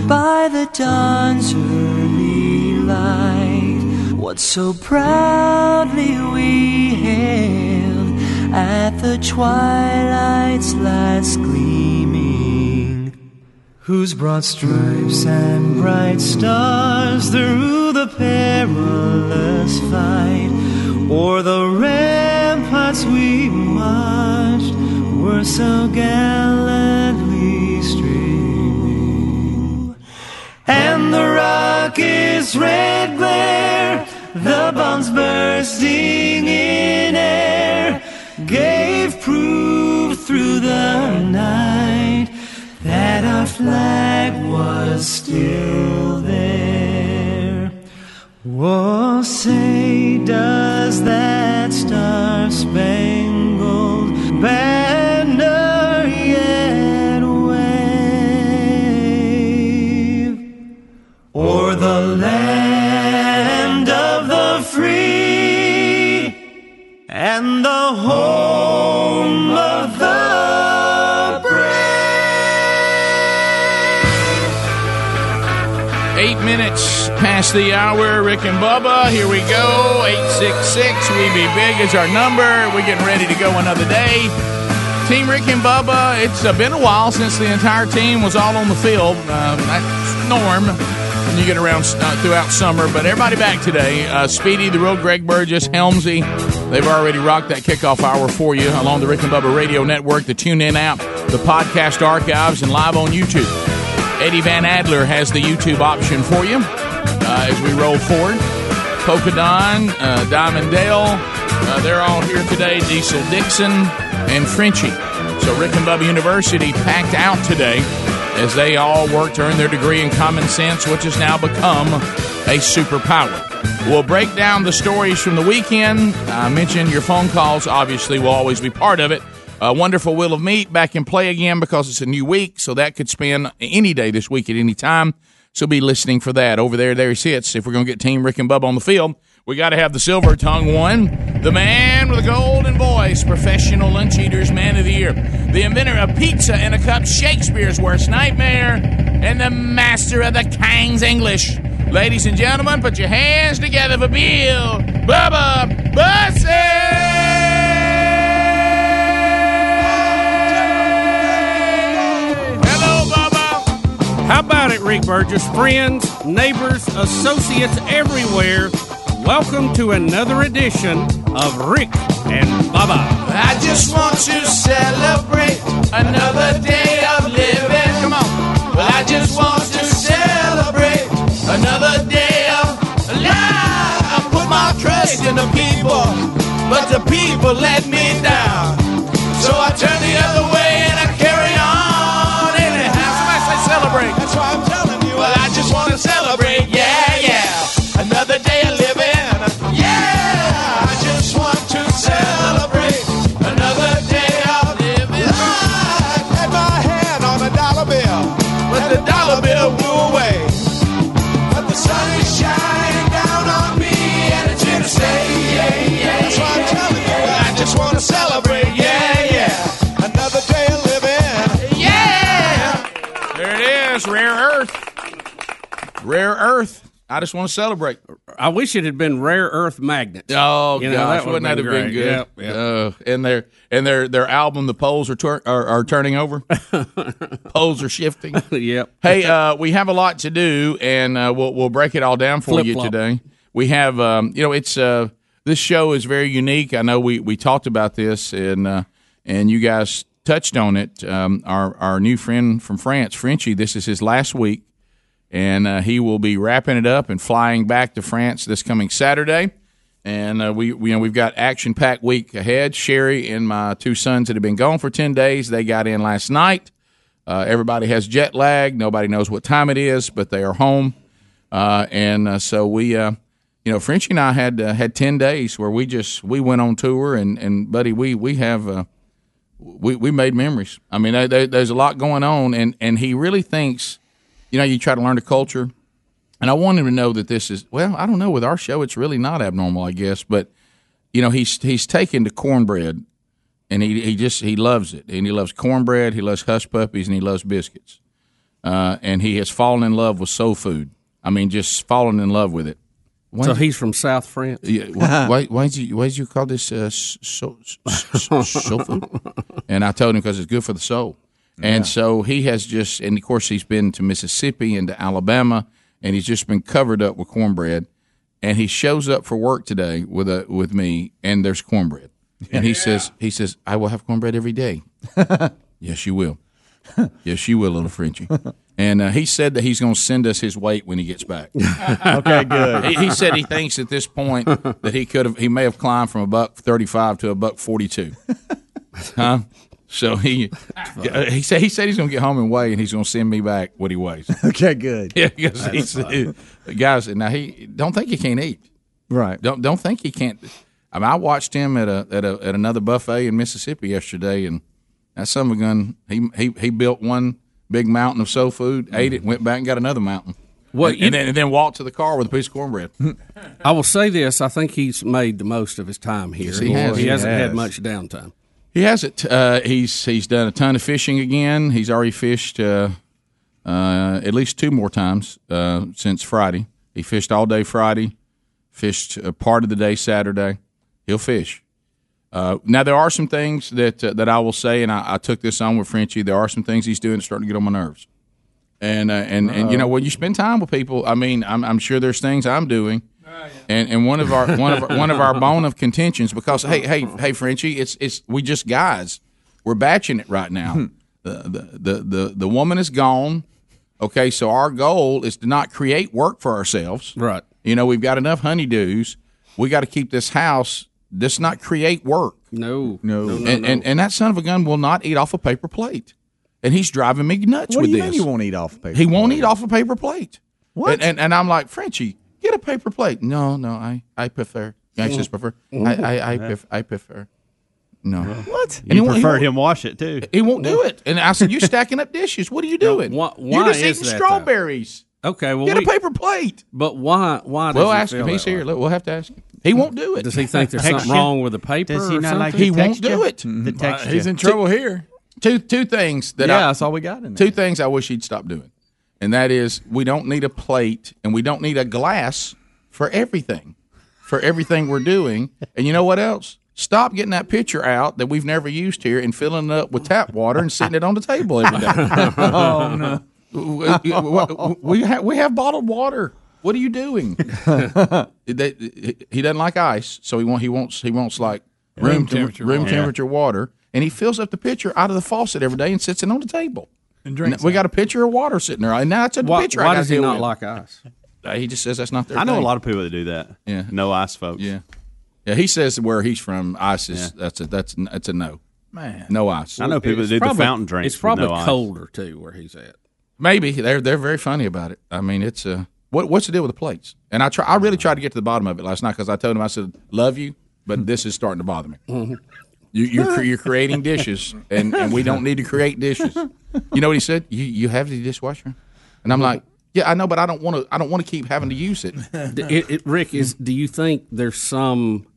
Speaker 12: by the dawn's early light what so proudly we hailed at the twilight's last gleaming? Whose broad stripes and bright stars through the perilous fight o'er the ramparts we watched were so gallantly streaming. And the rocket's red glare, the bombs bursting in air, gave proof through the night that our flag was still there. Oh, say, does that star spangled banner yet wave?
Speaker 10: and the home of the
Speaker 9: Eight minutes past the hour. Rick and Bubba, here we go. 866, we be big is our number. We're getting ready to go another day. Team Rick and Bubba, It's uh, been a while since the entire team was all on the field. Um, that's norm when you get around uh, throughout summer, but everybody back today. Uh, Speedy, the real Greg Burgess, Helmsy, they've already rocked that kickoff hour for you along the Rick and Bubba Radio Network, the TuneIn app, the podcast archives, and live on YouTube. Eddie Van Adler has the YouTube option for you uh, as we roll forward. Polkadon, uh, Diamond Dale, uh, they're all here today. Diesel Dixon and Frenchie. So Rick and Bubba University packed out today as they all work to earn their degree in common sense, which has now become a superpower. We'll break down the stories from the weekend. I mentioned your phone calls, obviously, will always be part of it. A wonderful Wheel of Meat back in play again because it's a new week, so that could spin any day this week at any time. So be listening for that. Over there, there he sits. If we're going to get Team Rick and Bub on the field, we got to have the silver tongue one, the man with the golden voice, professional lunch eaters, man of the year, the inventor of pizza in a cup, Shakespeare's worst nightmare, and the master of the Kang's English. Ladies and gentlemen, put your hands together for Bill Bubba Bussett.
Speaker 14: Hello, Bubba. How about it, Rick Burgess? Friends, neighbors, associates everywhere, welcome to another edition of Rick and Bubba.
Speaker 10: I just want to celebrate another day of living. Come on. Well, I just want to celebrate another day of life. I put my trust in the people, but the people let me down. So I turn the other way and I carry on anyhow. Somebody say celebrate. That's why I'm telling you. Well, I just want to celebrate. Yeah, yeah. Another day of living. Yeah. I just want to celebrate. Another day of living. I had my hand on a dollar bill, but the dollar bill blew away. But the sun is shining down on me and it's here to stay. Yeah, yeah. That's why I'm telling you. I just want to celebrate. Yeah, yeah. Another day of living. Yeah.
Speaker 9: There it is, rare earth. Rare earth. I just want to celebrate.
Speaker 14: I wish it had been rare earth magnets.
Speaker 9: Oh
Speaker 14: You know,
Speaker 9: gosh,
Speaker 14: that
Speaker 9: wouldn't that have
Speaker 14: would've been
Speaker 9: been good?
Speaker 14: great.
Speaker 9: Uh, and their and their their album, the polls are tur- are, are turning over. polls are shifting.
Speaker 14: yep.
Speaker 9: Hey, uh, we have a lot to do, and uh, we'll we'll break it all down for you
Speaker 14: Flip-flop.
Speaker 9: today. We have, um, you know, it's uh, this show is very unique. I know we we talked about this, and uh, and you guys touched on it. Um, our our new friend from France, Frenchie. This is his last week and uh, he will be wrapping it up and flying back to France this coming Saturday. And uh, we, we, you know, we've got action-packed week ahead. Sherry and my two sons that have been gone for ten days, they got in last night. Uh, everybody has jet lag. Nobody knows what time it is, but they are home. Uh, and uh, so we, uh, you know, Frenchie and I had uh, had ten days where we just we went on tour and and buddy, we we have. Uh, we, we made memories. I mean, there- there, there's a lot going on, and, and he really thinks, you know, you try to learn the culture. And I want him to know that this is well, I don't know. With our show, it's really not abnormal, I guess. But you know, he's he's taken to cornbread, and he he just he loves it, and he loves cornbread, he loves hush puppies, and he loves biscuits. Uh, and he has fallen in love with soul food. I mean, just fallen in love with it.
Speaker 14: So he's from South France.
Speaker 9: Yeah, why, why, why, did you, why did you call this uh, s- so, s- s- soul food? And I told him because it's good for the soul. And so he has just, and of course, he's been to Mississippi and to Alabama, and he's just been covered up with cornbread. And he shows up for work today with a with me, and there's cornbread. And he says, he says, I will have cornbread every day. yes, you will. Yes, you will, little Frenchie. And uh, he said that he's going to send us his weight when he gets back.
Speaker 10: Okay, good.
Speaker 9: He, he said he thinks at this point that he could have, he may have climbed from a buck thirty-five to a buck forty-two. Huh? So he, uh, he said he said he's going to get home and weigh, and he's going to send me back what he weighs.
Speaker 7: Okay, good.
Speaker 9: Yeah, because he's, guys, now he don't think he can't eat.
Speaker 7: Right.
Speaker 9: Don't don't think he can't. I mean, I watched him at a at a at another buffet in Mississippi yesterday, and that son
Speaker 7: Mm.
Speaker 9: of a gun, he he he built one big mountain of soul food, ate it, went back and got another mountain.
Speaker 15: Well,
Speaker 9: and,
Speaker 15: you-
Speaker 9: and then, and then walk to the car with a piece of cornbread.
Speaker 14: I will say this: I think he's made the most of his time here.
Speaker 9: Yes, he has.
Speaker 14: He hasn't
Speaker 9: He
Speaker 14: had
Speaker 9: has.
Speaker 14: much downtime.
Speaker 9: He has it. Uh, he's he's done a ton of fishing again. He's already fished uh, uh, at least two more times uh, since Friday. He fished all day Friday, fished a part of the day Saturday. He'll fish. Uh, now there are some things that uh, that I will say, and I, I took this on with Frenchie. There are some things he's doing that's starting to get on my nerves. And uh, and and you know when you spend time with people, I mean, I'm, I'm sure there's things I'm doing, and and one of our one of one of our bone of contentions because hey hey hey Frenchie, it's it's we just guys, we're batching it right now. the, the the the the woman is gone. Okay, so our goal is to not create work for ourselves. Right. You know, we've got enough honeydews. We got to keep this house. Let's not create work.
Speaker 14: No.
Speaker 9: No.
Speaker 14: No, no,
Speaker 9: and, and
Speaker 14: no.
Speaker 9: and that son of a gun will not eat off a paper plate. And he's driving me nuts
Speaker 14: What do
Speaker 9: with
Speaker 14: you
Speaker 9: this.
Speaker 14: mean he
Speaker 9: won't eat off a paper He won't eat off a paper plate. What? And, and, and I'm like, Frenchie, get a paper plate. No, no, I, I prefer. I just prefer. I, I, I, pref- I prefer. No.
Speaker 5: What?
Speaker 9: he
Speaker 5: You
Speaker 9: won't- he
Speaker 5: prefer
Speaker 9: won't-
Speaker 5: him wash it too.
Speaker 9: He won't do it. And I said, You're stacking up dishes. What are you doing?
Speaker 5: why
Speaker 9: You're just
Speaker 5: is
Speaker 9: eating
Speaker 5: that, though?
Speaker 9: strawberries.
Speaker 14: Okay, well,
Speaker 9: Get a
Speaker 14: we-
Speaker 9: paper plate.
Speaker 14: But why? Why?
Speaker 9: We'll
Speaker 14: does he
Speaker 9: ask him.
Speaker 14: feel
Speaker 9: He's
Speaker 14: that way?
Speaker 9: here. Look, we'll have to ask him. He won't do it.
Speaker 14: Does he think there's something wrong with the paper?
Speaker 9: Does he
Speaker 14: or
Speaker 9: not like
Speaker 14: something?
Speaker 9: the He won't texture? do it. The
Speaker 14: Uh,
Speaker 9: texture.
Speaker 14: he's in
Speaker 9: Two-
Speaker 14: trouble
Speaker 9: here. Two two things that
Speaker 14: Yeah,
Speaker 9: I,
Speaker 14: that's
Speaker 9: all we got in there. Two things I wish he'd stop doing, and that is we don't need a plate and we don't need a glass for everything, for everything we're doing. And you know what else? Stop getting that pitcher out that we've never used here and filling it up with tap water and sitting it on the table every day.
Speaker 10: Oh, no.
Speaker 9: no! We have we have bottled water. What are you doing? They- he doesn't like ice, so he wants he wants he wants like room,
Speaker 7: Room
Speaker 9: tem-
Speaker 7: temperature
Speaker 9: room
Speaker 7: water.
Speaker 9: temperature water, and he fills up the pitcher out of the faucet every day and sits it on the table.
Speaker 7: And drinks
Speaker 9: we got a pitcher of water sitting there, and now it's a
Speaker 5: Why-
Speaker 9: pitcher.
Speaker 5: why
Speaker 9: I gotta
Speaker 5: does he
Speaker 9: deal
Speaker 5: not
Speaker 9: with.
Speaker 5: like ice?
Speaker 9: Uh, He just says that's not their.
Speaker 5: I know
Speaker 9: thing.
Speaker 5: a lot of people that do that.
Speaker 9: Yeah.
Speaker 5: No ice, folks.
Speaker 9: Yeah. Yeah, he says where he's from, ice is that's a that's that's a no.
Speaker 14: Man.
Speaker 9: no ice.
Speaker 5: I know people that do the fountain drinks.
Speaker 14: It's probably
Speaker 5: with no ice.
Speaker 14: colder too where he's at.
Speaker 9: Maybe they're they're very funny about it. I mean, it's uh, what what's the deal with the plates? And I try, I really tried to get to the bottom of it last night because I told him I said love you, but this is starting to bother me. You, you're cre- you're creating dishes, and, and we don't need to create dishes. You know what he said? You you have the dishwasher, and I'm like, yeah, I know, but I don't want to. I don't want to keep having to use it.
Speaker 14: D- it, it, Rick, is do you think there's some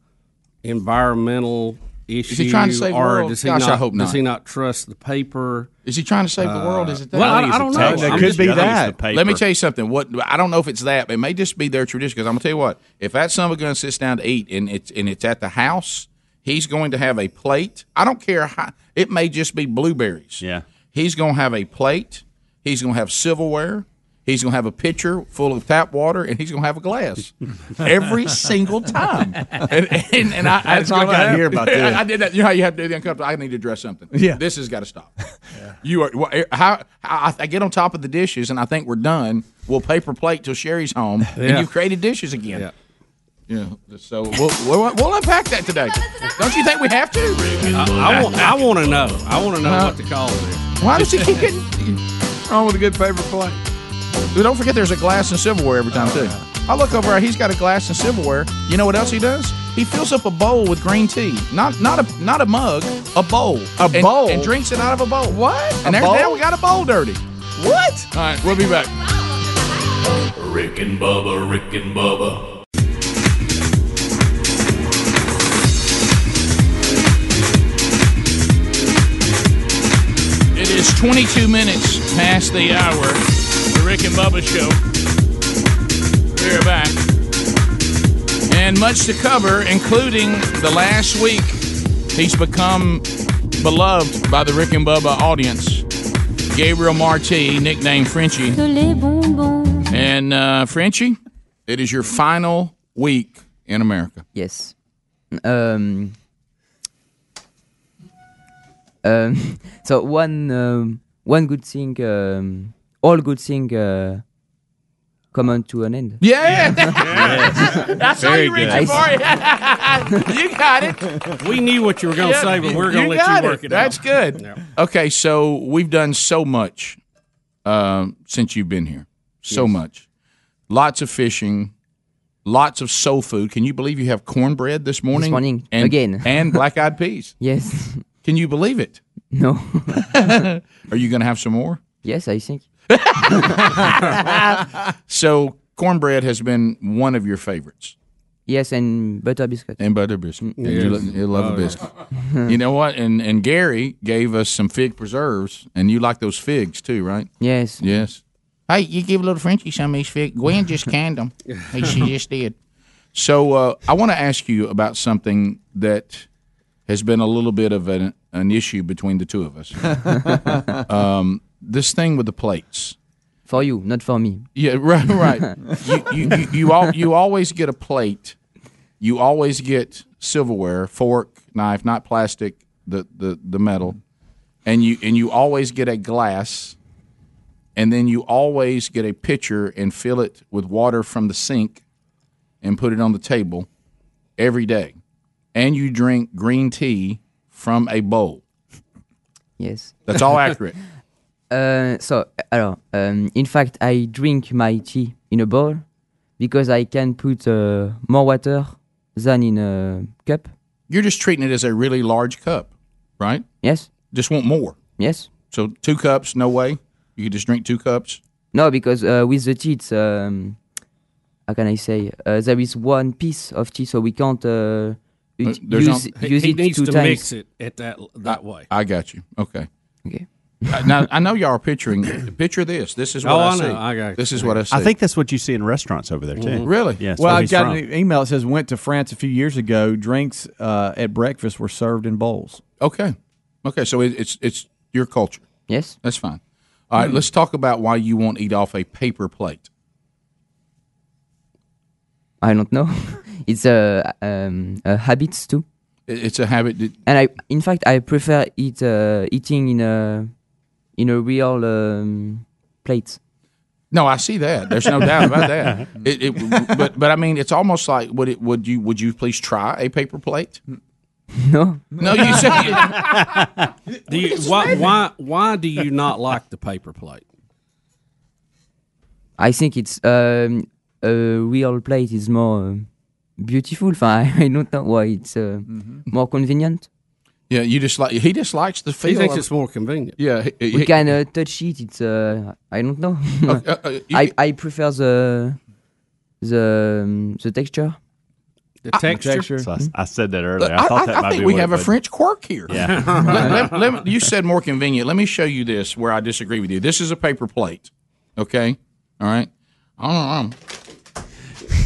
Speaker 14: environmental issue?
Speaker 9: trying to save the
Speaker 14: or
Speaker 9: world?
Speaker 14: Does he
Speaker 9: Gosh,
Speaker 14: not,
Speaker 9: I hope
Speaker 14: Does
Speaker 9: not.
Speaker 14: he not trust the paper?
Speaker 9: Is he trying to save the world? Is it that?
Speaker 14: Well, I, I don't know. I'm just-
Speaker 9: Let me tell you something. What I don't know if it's that, but it may just be their tradition. Because I'm gonna tell you what, if that son of a gun sits down to eat and it's and it's at the house, he's going to have a plate. I don't care how it may just be blueberries. Yeah, he's gonna have a plate. He's gonna have silverware. He's gonna have a pitcher full of tap water, and he's gonna have a glass every single time. And, and, and I,
Speaker 10: That's all I gotta hear about this.
Speaker 9: I did that. You know how you have to do the uncomfortable. I need to dress something.
Speaker 10: Yeah.
Speaker 9: this has got to stop. You are wha- eh, how I, I get on top of the dishes and I think we're done. We'll paper plate till Sherry's home, and
Speaker 10: Yeah.
Speaker 9: you've created dishes again. Yeah. So we'll, we'll, we'll unpack that today. Don't you think we have to?
Speaker 14: I, I want. I want to know. I want to know what to call it.
Speaker 9: Uh, Why does he keep getting wrong with a good paper plate? Don't forget, there's a glass and silverware every time too. I look over, there, he's got a glass and silverware. You know what else he does? He fills up a bowl with green tea. Not not a not a mug, a bowl. A
Speaker 10: bowl?
Speaker 9: and drinks it out of a bowl. What? And
Speaker 10: A
Speaker 9: there,
Speaker 10: bowl?
Speaker 9: now we got a bowl dirty. What? All right, we'll be back.
Speaker 8: Rick and Bubba, Rick and Bubba.
Speaker 15: It is 22 minutes past the hour. The Rick and Bubba Show. We're back. And much to cover, including the last week. He's become beloved by the Rick and Bubba audience. Gabriel Marti, nicknamed Frenchie. And uh, Frenchie, it is your final week in America.
Speaker 16: Yes. Um, um, so one um, one good thing, um, all good thing, uh, come on to an end.
Speaker 15: Yeah,
Speaker 10: that's
Speaker 15: how you reach
Speaker 16: I
Speaker 15: it,
Speaker 16: see.
Speaker 15: Maury. you got it.
Speaker 14: We knew what you were gonna say, but we're gonna let you
Speaker 15: got
Speaker 14: work it out.
Speaker 15: That's good. Okay, so we've done so much um, since you've been here. So
Speaker 9: Yes.
Speaker 15: much. Lots of fishing. Lots of soul food. Can you believe you have cornbread this morning?
Speaker 16: morning,
Speaker 15: and,
Speaker 16: again.
Speaker 15: and black-eyed peas.
Speaker 16: Yes.
Speaker 15: Can you believe it?
Speaker 16: No.
Speaker 15: Are you going to have some more?
Speaker 16: Yes, I think.
Speaker 9: so cornbread has been one of your favorites.
Speaker 16: Yes, and butter biscuit.
Speaker 9: And butter biscuit.
Speaker 16: Mm,
Speaker 9: Yeah, You,
Speaker 16: yes.
Speaker 9: lo- you love
Speaker 16: Oh,
Speaker 9: a
Speaker 16: yeah.
Speaker 9: biscuit. you know what? And and Gary gave us some fig preserves, and you like those figs too, right?
Speaker 16: Yes.
Speaker 9: Yes. Hey, you give little Frenchie some of these figs. Gwen
Speaker 17: just canned them.
Speaker 9: Hey, she just did. So uh, I want to ask you about something that has been a little bit of an, an issue between the two of us. um, this thing with the plates.
Speaker 16: For you, not for me.
Speaker 9: Yeah, right, right. you, you, you, you, al- you always get a plate. You always get silverware, fork, knife, not plastic, the, the, the metal. And you, and you always get a glass. And then you always get a pitcher and fill it with water from the sink and put it on the table every day. And you drink green tea from a bowl.
Speaker 16: Yes.
Speaker 9: That's all accurate.
Speaker 16: Uh, so, alors, um, in fact, I drink my tea in a bowl because I can put uh, more water than in a cup.
Speaker 9: You're just treating it as a really large cup, right?
Speaker 16: Yes.
Speaker 9: Just want more.
Speaker 16: Yes.
Speaker 9: So two cups, no way. You could just drink two cups.
Speaker 16: No, because uh, with the tea, it's, um, how can I say? Uh, there is one piece of tea, so we can't uh,
Speaker 9: Uh,
Speaker 16: it-
Speaker 9: there's
Speaker 16: use,
Speaker 9: no- Uh, He-
Speaker 16: use
Speaker 9: he
Speaker 16: it
Speaker 9: needs
Speaker 16: two
Speaker 9: to
Speaker 16: times.
Speaker 14: Mix it at that that way.
Speaker 9: I got you. Okay.
Speaker 16: Okay.
Speaker 9: Uh, now I know y'all are picturing. Picture this. This is what
Speaker 5: Oh,
Speaker 9: I,
Speaker 5: I
Speaker 9: see.
Speaker 5: know. I got you.
Speaker 9: This is what I see.
Speaker 5: I think that's what you see in restaurants over there too.
Speaker 4: Mm-hmm.
Speaker 9: Mhm. Really?
Speaker 5: Mm-hmm. Yeah. it's
Speaker 9: Well,
Speaker 5: where
Speaker 9: I
Speaker 5: he's
Speaker 9: got
Speaker 5: from.
Speaker 9: an
Speaker 6: email that says went to France a few years ago. Drinks uh, at breakfast were served in bowls.
Speaker 9: Okay. Okay. So it, it's it's your culture.
Speaker 16: Yes.
Speaker 9: That's fine. All right.
Speaker 6: Hmm.
Speaker 9: Let's talk about why you won't eat off a paper plate.
Speaker 16: I don't know. it's a, um, a habit too.
Speaker 9: It- It's a habit. That,
Speaker 16: And I, in fact, I prefer eat uh, eating in a in a real um, plate.
Speaker 9: no, I see that. There's no doubt about that. It, it, but but I mean, it's almost like would it would you would you please try a paper plate?
Speaker 16: No.
Speaker 9: No, you said
Speaker 14: Do you, why, why why do you not like the paper plate?
Speaker 16: I think it's um, a real plate is more um, beautiful. Enfin, I don't know why it's uh, more convenient.
Speaker 9: Mm-hmm. Yeah, you just like he just likes the feel.
Speaker 14: He thinks
Speaker 9: of-
Speaker 14: it's more convenient.
Speaker 9: Yeah, he- he- Oh, uh,
Speaker 16: We can uh, touch it. It's uh, I don't know. I I prefer the the um, the texture.
Speaker 14: The
Speaker 9: Ah,
Speaker 5: So I,
Speaker 9: Mm-hmm.
Speaker 5: I said that earlier. I, thought that might
Speaker 9: Uh, think
Speaker 5: be
Speaker 9: we
Speaker 5: what it
Speaker 9: have a
Speaker 5: would-
Speaker 9: French quirk here.
Speaker 5: Yeah.
Speaker 9: Let- let- let me- you said more convenient. Let me show you this where I disagree with you. This is a paper plate. Okay. All right. I don't know.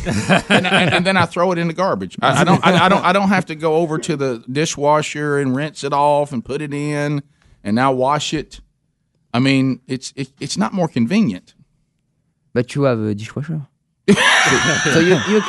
Speaker 9: and, and, and then I throw it in the garbage. I, I don't. I, I don't. I don't have to go over to the dishwasher and rinse it off and put it in, and now wash it. I mean, it's it, it's not more convenient.
Speaker 16: But you have a dishwasher. so you, you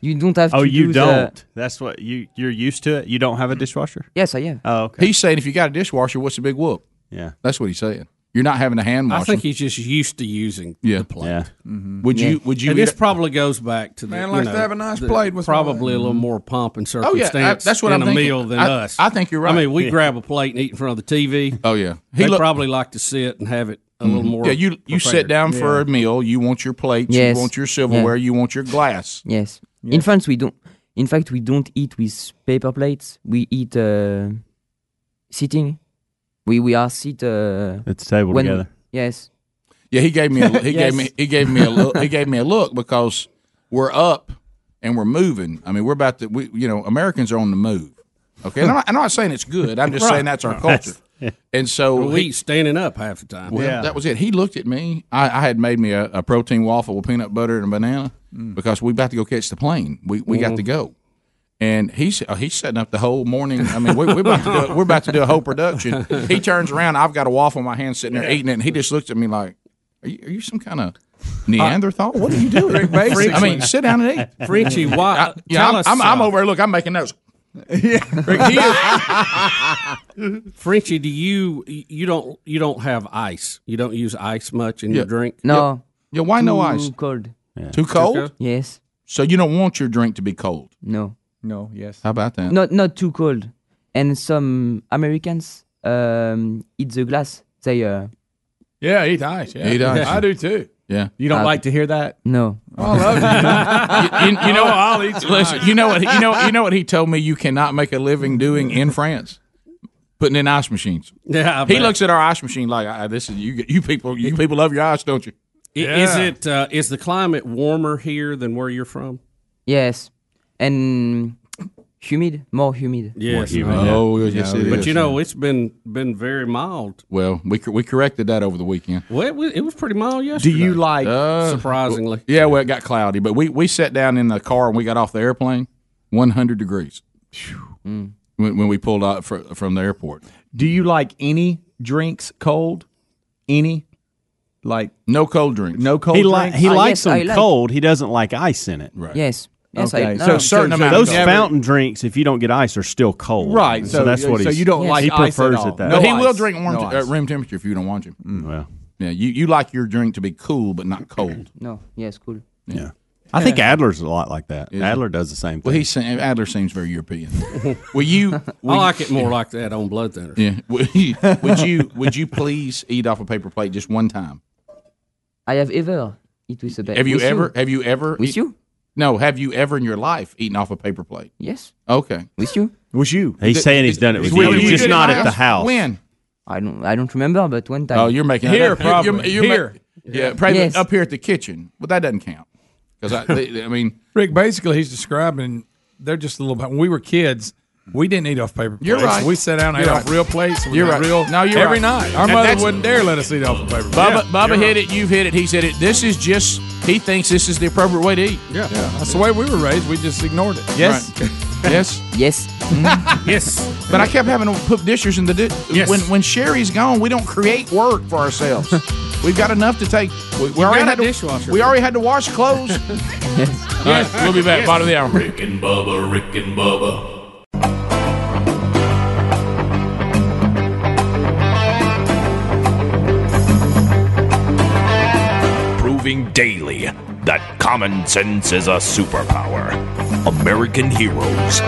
Speaker 16: you don't have.
Speaker 5: Oh,
Speaker 16: to
Speaker 5: you
Speaker 16: do the-
Speaker 5: don't. That's what you you're used to it. You don't have a dishwasher.
Speaker 16: Yes, I am.
Speaker 5: Oh, okay.
Speaker 9: He's saying if you got a dishwasher, what's the big whoop?
Speaker 5: Yeah.
Speaker 9: That's what he's saying. You're not having a hand wash.
Speaker 14: I think he's just used to using
Speaker 9: Yeah. Mm-hmm.
Speaker 14: the plate.
Speaker 5: Yeah.
Speaker 9: Would you- would you
Speaker 14: And
Speaker 9: eat
Speaker 14: this
Speaker 9: a-
Speaker 14: probably goes back to the
Speaker 9: Man
Speaker 14: you
Speaker 9: likes
Speaker 14: know,
Speaker 9: to have a nice
Speaker 14: the-
Speaker 9: plate with
Speaker 14: probably
Speaker 9: mine.
Speaker 14: a little more pomp and
Speaker 9: Oh, yeah, I-
Speaker 14: circumstance.
Speaker 9: that's what
Speaker 14: in
Speaker 9: I'm
Speaker 14: a
Speaker 9: thinking.
Speaker 14: meal than
Speaker 9: I-
Speaker 14: us.
Speaker 9: I think you're
Speaker 14: I
Speaker 9: right.
Speaker 14: mean, we
Speaker 9: Yeah.
Speaker 14: grab a plate and eat in front of the TV.
Speaker 9: Oh yeah,
Speaker 14: He
Speaker 9: He
Speaker 14: they
Speaker 9: look- Mm-hmm.
Speaker 14: probably like to sit and have it a little more.
Speaker 9: Yeah, you you sit
Speaker 14: prepared.
Speaker 9: down for a meal. Oh, You want your plates.
Speaker 16: Yes.
Speaker 9: You want your silverware.
Speaker 16: Yeah.
Speaker 9: You want your glass.
Speaker 16: Yes. In France, we don't. In fact, we don't eat with paper plates. We eat uh, sitting. We we are sit uh,
Speaker 5: At the table
Speaker 16: when-
Speaker 5: together.
Speaker 16: Yes.
Speaker 9: Yeah, he gave me a, he gave me he gave me a look, he gave me a look because we're up and we're moving. I mean, we're about to we you know Americans are on the move. Okay, and I'm not, I'm not saying it's good. I'm just
Speaker 14: Right.
Speaker 9: saying that's our
Speaker 14: That's-
Speaker 9: culture. And so
Speaker 14: Well, we
Speaker 9: he-
Speaker 14: eat standing up half the time.
Speaker 9: Well, that was it. He looked at me. I, I had made me a, a protein waffle with peanut butter and a banana because we about to go catch the plane. We we got to go, and he's uh, he's setting up the whole morning. I mean, we, we're about to do, we're about to do a whole production. He turns around. I've got a waffle in my hand, sitting there eating it. and He just looks at me like, "Are you, are you some kind of Neanderthal? what are you doing?"
Speaker 14: Basically.
Speaker 9: I mean, sit down and eat.
Speaker 14: Frenchie, why-
Speaker 9: I- Yeah,
Speaker 14: tell
Speaker 9: I'm,
Speaker 14: us,
Speaker 9: I'm, I'm
Speaker 14: uh,
Speaker 9: over. here. Look, I'm making notes.
Speaker 14: Frenchie, do you you don't you don't have ice? You don't use ice much in your
Speaker 9: Yeah.
Speaker 14: drink?
Speaker 9: No. Yeah, why no ice?
Speaker 16: cold.
Speaker 9: Too cold?
Speaker 16: Yes.
Speaker 9: So you don't want your drink to be cold?
Speaker 16: No.
Speaker 6: No. Yes.
Speaker 9: How about that?
Speaker 16: Not not too cold. And some Americans um, eat the glass. They uh,
Speaker 7: Yeah, eat ice. Yeah.
Speaker 9: Eat ice.
Speaker 7: I do too.
Speaker 9: Yeah.
Speaker 6: You don't
Speaker 16: Uh,
Speaker 6: like to hear that?
Speaker 16: no.
Speaker 7: I love
Speaker 9: you, you know,
Speaker 7: Oh, I'll eat some
Speaker 9: listen,
Speaker 7: ice.
Speaker 9: you know what? You know, you know what he told me. You cannot make a living doing in France. putting in ice machines.
Speaker 14: Yeah, I
Speaker 9: he
Speaker 14: bet.
Speaker 9: looks at our ice machine like "Ah, this is you. You people, you people love your ice, don't you?
Speaker 14: I- Is it uh, is the climate warmer here than where you're from?
Speaker 16: Yes, and humid, more humid.
Speaker 9: Oh, yes, it
Speaker 14: but
Speaker 9: is,
Speaker 14: you know it's been been very mild.
Speaker 9: Well, we cor- we corrected that over the weekend.
Speaker 14: Well, it was, it was pretty mild yesterday.
Speaker 9: you
Speaker 4: like
Speaker 14: surprisingly?
Speaker 9: yeah, well, it got cloudy, but we we sat down in the car and we got off the airplane, one hundred degrees when, when we pulled out fr- from the airport.
Speaker 4: Do you like any drinks cold? Any like
Speaker 9: no cold drinks? Oh,
Speaker 4: No cold
Speaker 5: he li-
Speaker 4: drinks.
Speaker 5: he likes them cold. He doesn't like ice in it. Right.
Speaker 16: Yes. Yes, I-
Speaker 5: okay.
Speaker 16: no.
Speaker 5: so
Speaker 16: So
Speaker 5: certain
Speaker 16: you
Speaker 5: amount.
Speaker 16: never-
Speaker 5: Those fountain drinks, if you don't get ice, are still cold.
Speaker 9: Right,
Speaker 5: So,
Speaker 9: so-
Speaker 5: that's what
Speaker 9: so
Speaker 5: he's,
Speaker 9: you don't like
Speaker 5: He
Speaker 9: ice at
Speaker 5: prefers
Speaker 9: all.
Speaker 5: it that. Mm,
Speaker 9: No
Speaker 5: way.
Speaker 9: He will ice. drink warm
Speaker 5: No
Speaker 9: t-
Speaker 5: ice.
Speaker 9: uh, room temperature if you don't want him. well, yeah, you you like your drink to be cool but not cold.
Speaker 16: No. Yes, cool.
Speaker 5: Yeah. I think
Speaker 9: Yeah.
Speaker 5: Adler's a lot like that.
Speaker 9: Is he?
Speaker 5: Adler does the same thing.
Speaker 9: Well, he's Adler seems very European. Will you?
Speaker 14: I like it more like that on blood thinners.
Speaker 9: Yeah. Would you, would you? Would you please eat off a paper plate just one time?
Speaker 16: I have ever eat with a bag.
Speaker 9: Have you
Speaker 16: With
Speaker 9: ever? Have you ever?
Speaker 16: With you?
Speaker 9: No. Have you ever in your life eaten off a paper plate?
Speaker 16: Yes.
Speaker 9: Okay.
Speaker 16: With you?
Speaker 4: With you?
Speaker 5: He's saying he's done it with you. It's just not at the house.
Speaker 9: When?
Speaker 16: I don't. I don't remember, but one time.
Speaker 9: Oh, you're making that up. You're- you're- you're ma- yeah, probably
Speaker 16: Yes.
Speaker 9: up here at the kitchen, but that doesn't count because I, they- I mean,
Speaker 7: Rick, basically, he's describing they're just a little. When we were kids, we didn't eat off paper plates.
Speaker 9: You're right.
Speaker 7: We sat down and
Speaker 9: You're
Speaker 7: ate
Speaker 9: right.
Speaker 7: off real plates. We
Speaker 9: You're
Speaker 7: got
Speaker 9: right.
Speaker 7: Real,
Speaker 9: No, you're
Speaker 7: every
Speaker 9: right.
Speaker 7: night. Our
Speaker 9: And
Speaker 7: mother
Speaker 9: that's-
Speaker 7: wouldn't dare let us eat off a paper plate.
Speaker 9: Bubba, Bubba
Speaker 7: You're
Speaker 9: hit
Speaker 7: right.
Speaker 9: it. You've hit it. He said it. This is just. He thinks this is the appropriate way to eat.
Speaker 7: Yeah. That's the way we were raised. We just ignored it.
Speaker 9: Yes. yes.
Speaker 16: Yes.
Speaker 8: Mm-hmm.
Speaker 14: yes.
Speaker 9: But I kept having to put dishes in the dish. When when Sherry's gone, we don't create work for ourselves. We've got enough to take. We, we already
Speaker 8: got
Speaker 9: had
Speaker 8: a
Speaker 9: to,
Speaker 8: dishwasher.
Speaker 9: We already had to wash clothes. All right, we'll be back. Bottom of the hour.
Speaker 8: Rick and Bubba, Rick and Bubba.
Speaker 17: Proving daily that common sense is a superpower. American heroes,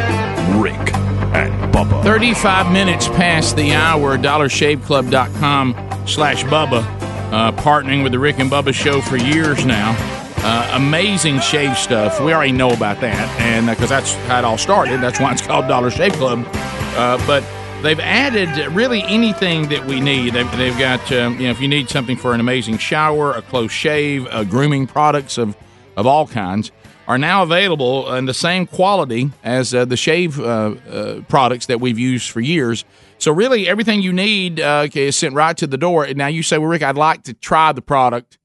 Speaker 17: Rick and Bubba.
Speaker 9: 35 minutes past the hour, dollarshaveclub.com slash Bubba, uh, partnering with the Rick and Bubba show for years now. Uh, amazing shave stuff. We already know about that, and because that's how it all started. That's why it's called Dollar Shave Club. Uh, but they've added really anything that we need. They've, they've got, um, you know, if you need something for an amazing shower, a close shave, uh, grooming products of, of all kinds are now available in the same quality as uh, the shave uh, uh, products that we've used for years. So really, everything you need uh, okay, is sent right to the door. And now you say, "Well, Rick, I'd like to try the product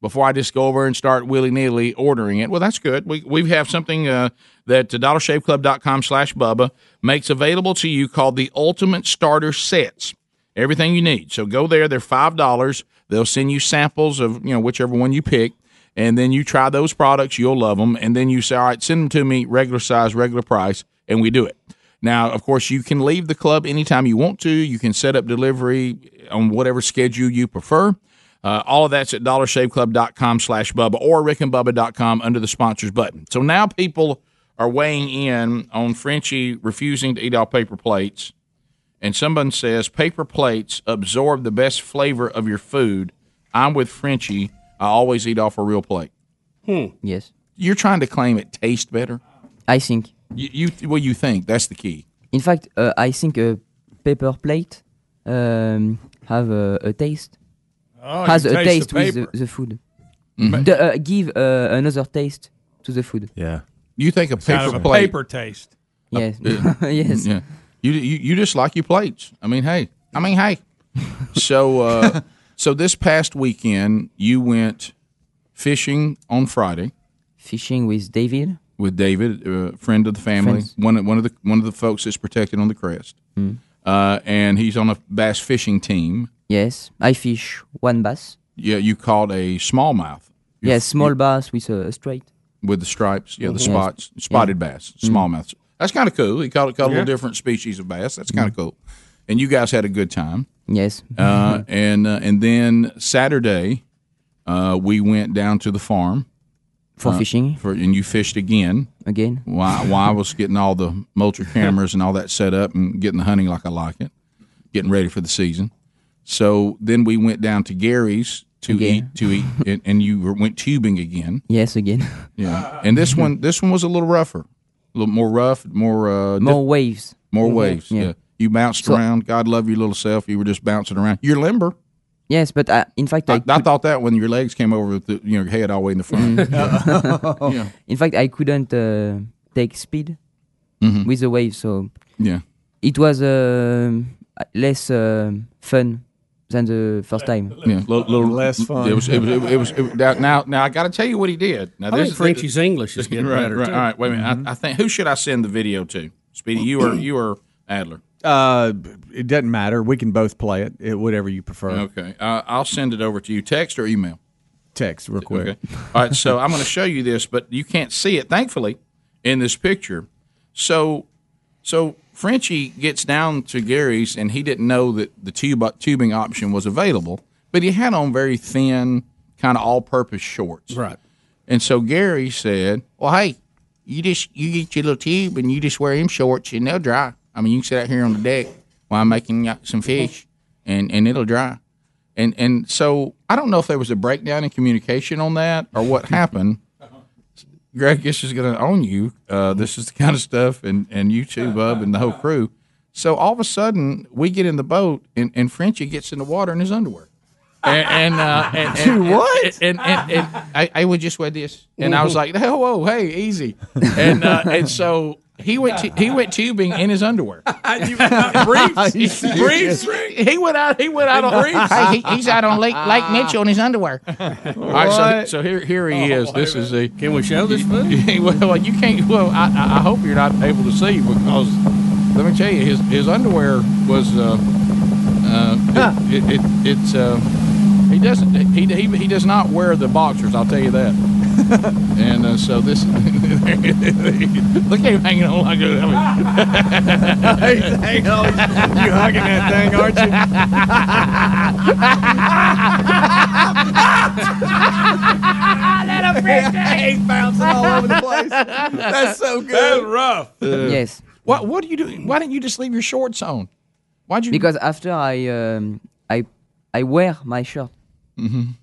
Speaker 9: before I just go over and start willy nilly ordering it." Well, that's good. We we have something uh, that DollarShaveClub.com/bubba makes available to you called the Ultimate Starter Sets everything you need. So go there. They're five dollars. They'll send you samples of you know whichever one you pick, and then you try those products. You'll love them, and then you say, all right, send them to me, regular size, regular price, and we do it. Now, of course, you can leave the club anytime you want to. You can set up delivery on whatever schedule you prefer. Uh, all of that's at dollarshaveclub.com slash Bubba or rickandbubba.com under the sponsors button. So now people are weighing in on Frenchie refusing to eat off paper plates and someone says paper plates absorb the best flavor of your food, I'm with Frenchie. I always eat off a real plate.
Speaker 16: Hmm. Yes.
Speaker 9: You're trying to claim it tastes better.
Speaker 16: I think.
Speaker 9: You, you well, you think that's the key.
Speaker 16: In fact, uh, I think a paper plate um, have a, a taste.
Speaker 9: Oh,
Speaker 16: has
Speaker 9: you
Speaker 16: a
Speaker 9: taste the
Speaker 16: taste with
Speaker 9: paper.
Speaker 16: the, the food.
Speaker 9: Mhm.
Speaker 16: The, uh, give uh, another taste to the food.
Speaker 5: Yeah.
Speaker 9: You think a paper
Speaker 7: Kind of a
Speaker 9: plate?
Speaker 7: paper taste.
Speaker 16: Yes.
Speaker 9: Uh,
Speaker 16: yes.
Speaker 9: Yeah. You, you you just like your plates. I mean, hey. I mean, hey. so uh, so this past weekend you went fishing on Friday.
Speaker 16: Fishing with David.
Speaker 9: With David, uh, friend of the family,
Speaker 16: Friends.
Speaker 9: one of- one of the one of the folks that's protected on the crest,
Speaker 16: Mm.
Speaker 9: uh, and he's on a bass fishing team.
Speaker 16: Yes. I fish one bass.
Speaker 9: Yeah, you caught a smallmouth. You-
Speaker 16: yes, small bass with a, a straight.
Speaker 9: with the stripes, yeah, the
Speaker 16: Mhm.
Speaker 9: spots,
Speaker 16: Yes.
Speaker 9: spotted
Speaker 16: Yeah.
Speaker 9: bass, smallmouth. That's kind of cool. He caught, caught a
Speaker 16: Yeah.
Speaker 9: little different species of bass. That's kind of cool. And you guys had a good time.
Speaker 16: Yes.
Speaker 9: Uh, and uh, and then Saturday, uh, we went down to the farm
Speaker 16: For
Speaker 9: uh,
Speaker 16: fishing?
Speaker 9: For and you fished again.
Speaker 16: Again.
Speaker 9: Why? Why I was getting all the mulcher cameras and all that set up and getting the hunting like I like it, getting ready for the season. So then we went down to Gary's to
Speaker 16: Again.
Speaker 9: eat to eat, and, and you were- went tubing again.
Speaker 16: Yes, again.
Speaker 9: Yeah, and this one, this one was a little rougher, a little more rough, more uh,
Speaker 16: More waves.
Speaker 9: more
Speaker 16: Mhm.
Speaker 9: waves. Yeah.
Speaker 16: Yeah.
Speaker 9: you You bounced around. God love your little self. You were just bouncing around. You're limber.
Speaker 16: Yes, but I, in fact,
Speaker 9: I, I, thought that when your legs came over, the, you know, head all the way in the front. Mm. Yeah.
Speaker 16: In fact, I couldn't uh, take speed
Speaker 9: Mhm.
Speaker 16: with the wave, so
Speaker 9: Yeah.
Speaker 16: it was um, less um, fun than the first time.
Speaker 9: Yeah, little, less
Speaker 16: fun.
Speaker 9: It was. It was. It was, it was it, now, now, now, I got to tell you what he did. Now,
Speaker 14: I think Frenchie's English is getting
Speaker 9: right,
Speaker 14: better,
Speaker 9: Right,
Speaker 14: too.
Speaker 9: All right, wait a minute. I, I think who should I send the video to? Speedy, you are you are Adler.
Speaker 4: Uh, it doesn't matter. We can both play it, it whatever you prefer.
Speaker 9: Okay, uh, I'll send it over to you. Text or email.
Speaker 4: Text real quick.
Speaker 9: Okay. All right, so I'm going to show you this, but you can't see it, thankfully, in this picture. So, so Frenchie gets down to Gary's, and he didn't know that the tube tubing option was available, but he had on very thin, kind of all-purpose shorts. Right. And so Gary said, "Well, hey, you just you get your little tube and you just wear them shorts, and they'll dry. I mean, you can sit out here on the deck while I'm making y- some fish, and and it'll dry." And and so I don't know if there was a breakdown in communication on that or what happened. Greg, this is going to own you. Uh, this is the kind of stuff, and and you too, Bub, and the whole crew. So all of a sudden, we get in the boat, and and Frenchie gets in the water in his underwear. And, and, uh, and, and what? And, and, and I, I would just wear this, and I was like, "Hell, whoa, hey, easy." And uh, and so he went tu- he went tubing in his underwear.
Speaker 10: Briefs.
Speaker 9: Briefs. He went out. He went out on
Speaker 10: Briefs.
Speaker 9: Hey, he- he's out on Lake, Lake Mitchell in his underwear. All right,
Speaker 10: What?
Speaker 9: so, so here here he is. This is the. Can
Speaker 14: we show this
Speaker 9: footage? well, you can't. Well, I, I I hope you're not able to see because let me tell you, his his underwear was. Uh, uh, it, it, it, it's uh, he doesn't he, he, he does not wear the boxers. I'll tell you that. and uh, so this look at him hanging on like a. I mean,
Speaker 10: You hugging that thing, aren't you? that appreciates. He's bouncing all over the place. That's so good. That's rough.
Speaker 16: yes.
Speaker 9: Uh, What What are you doing? Why didn't you just leave your shorts on? Why'd you?
Speaker 16: Because after I um, I I wear my shirt.
Speaker 9: Mhm.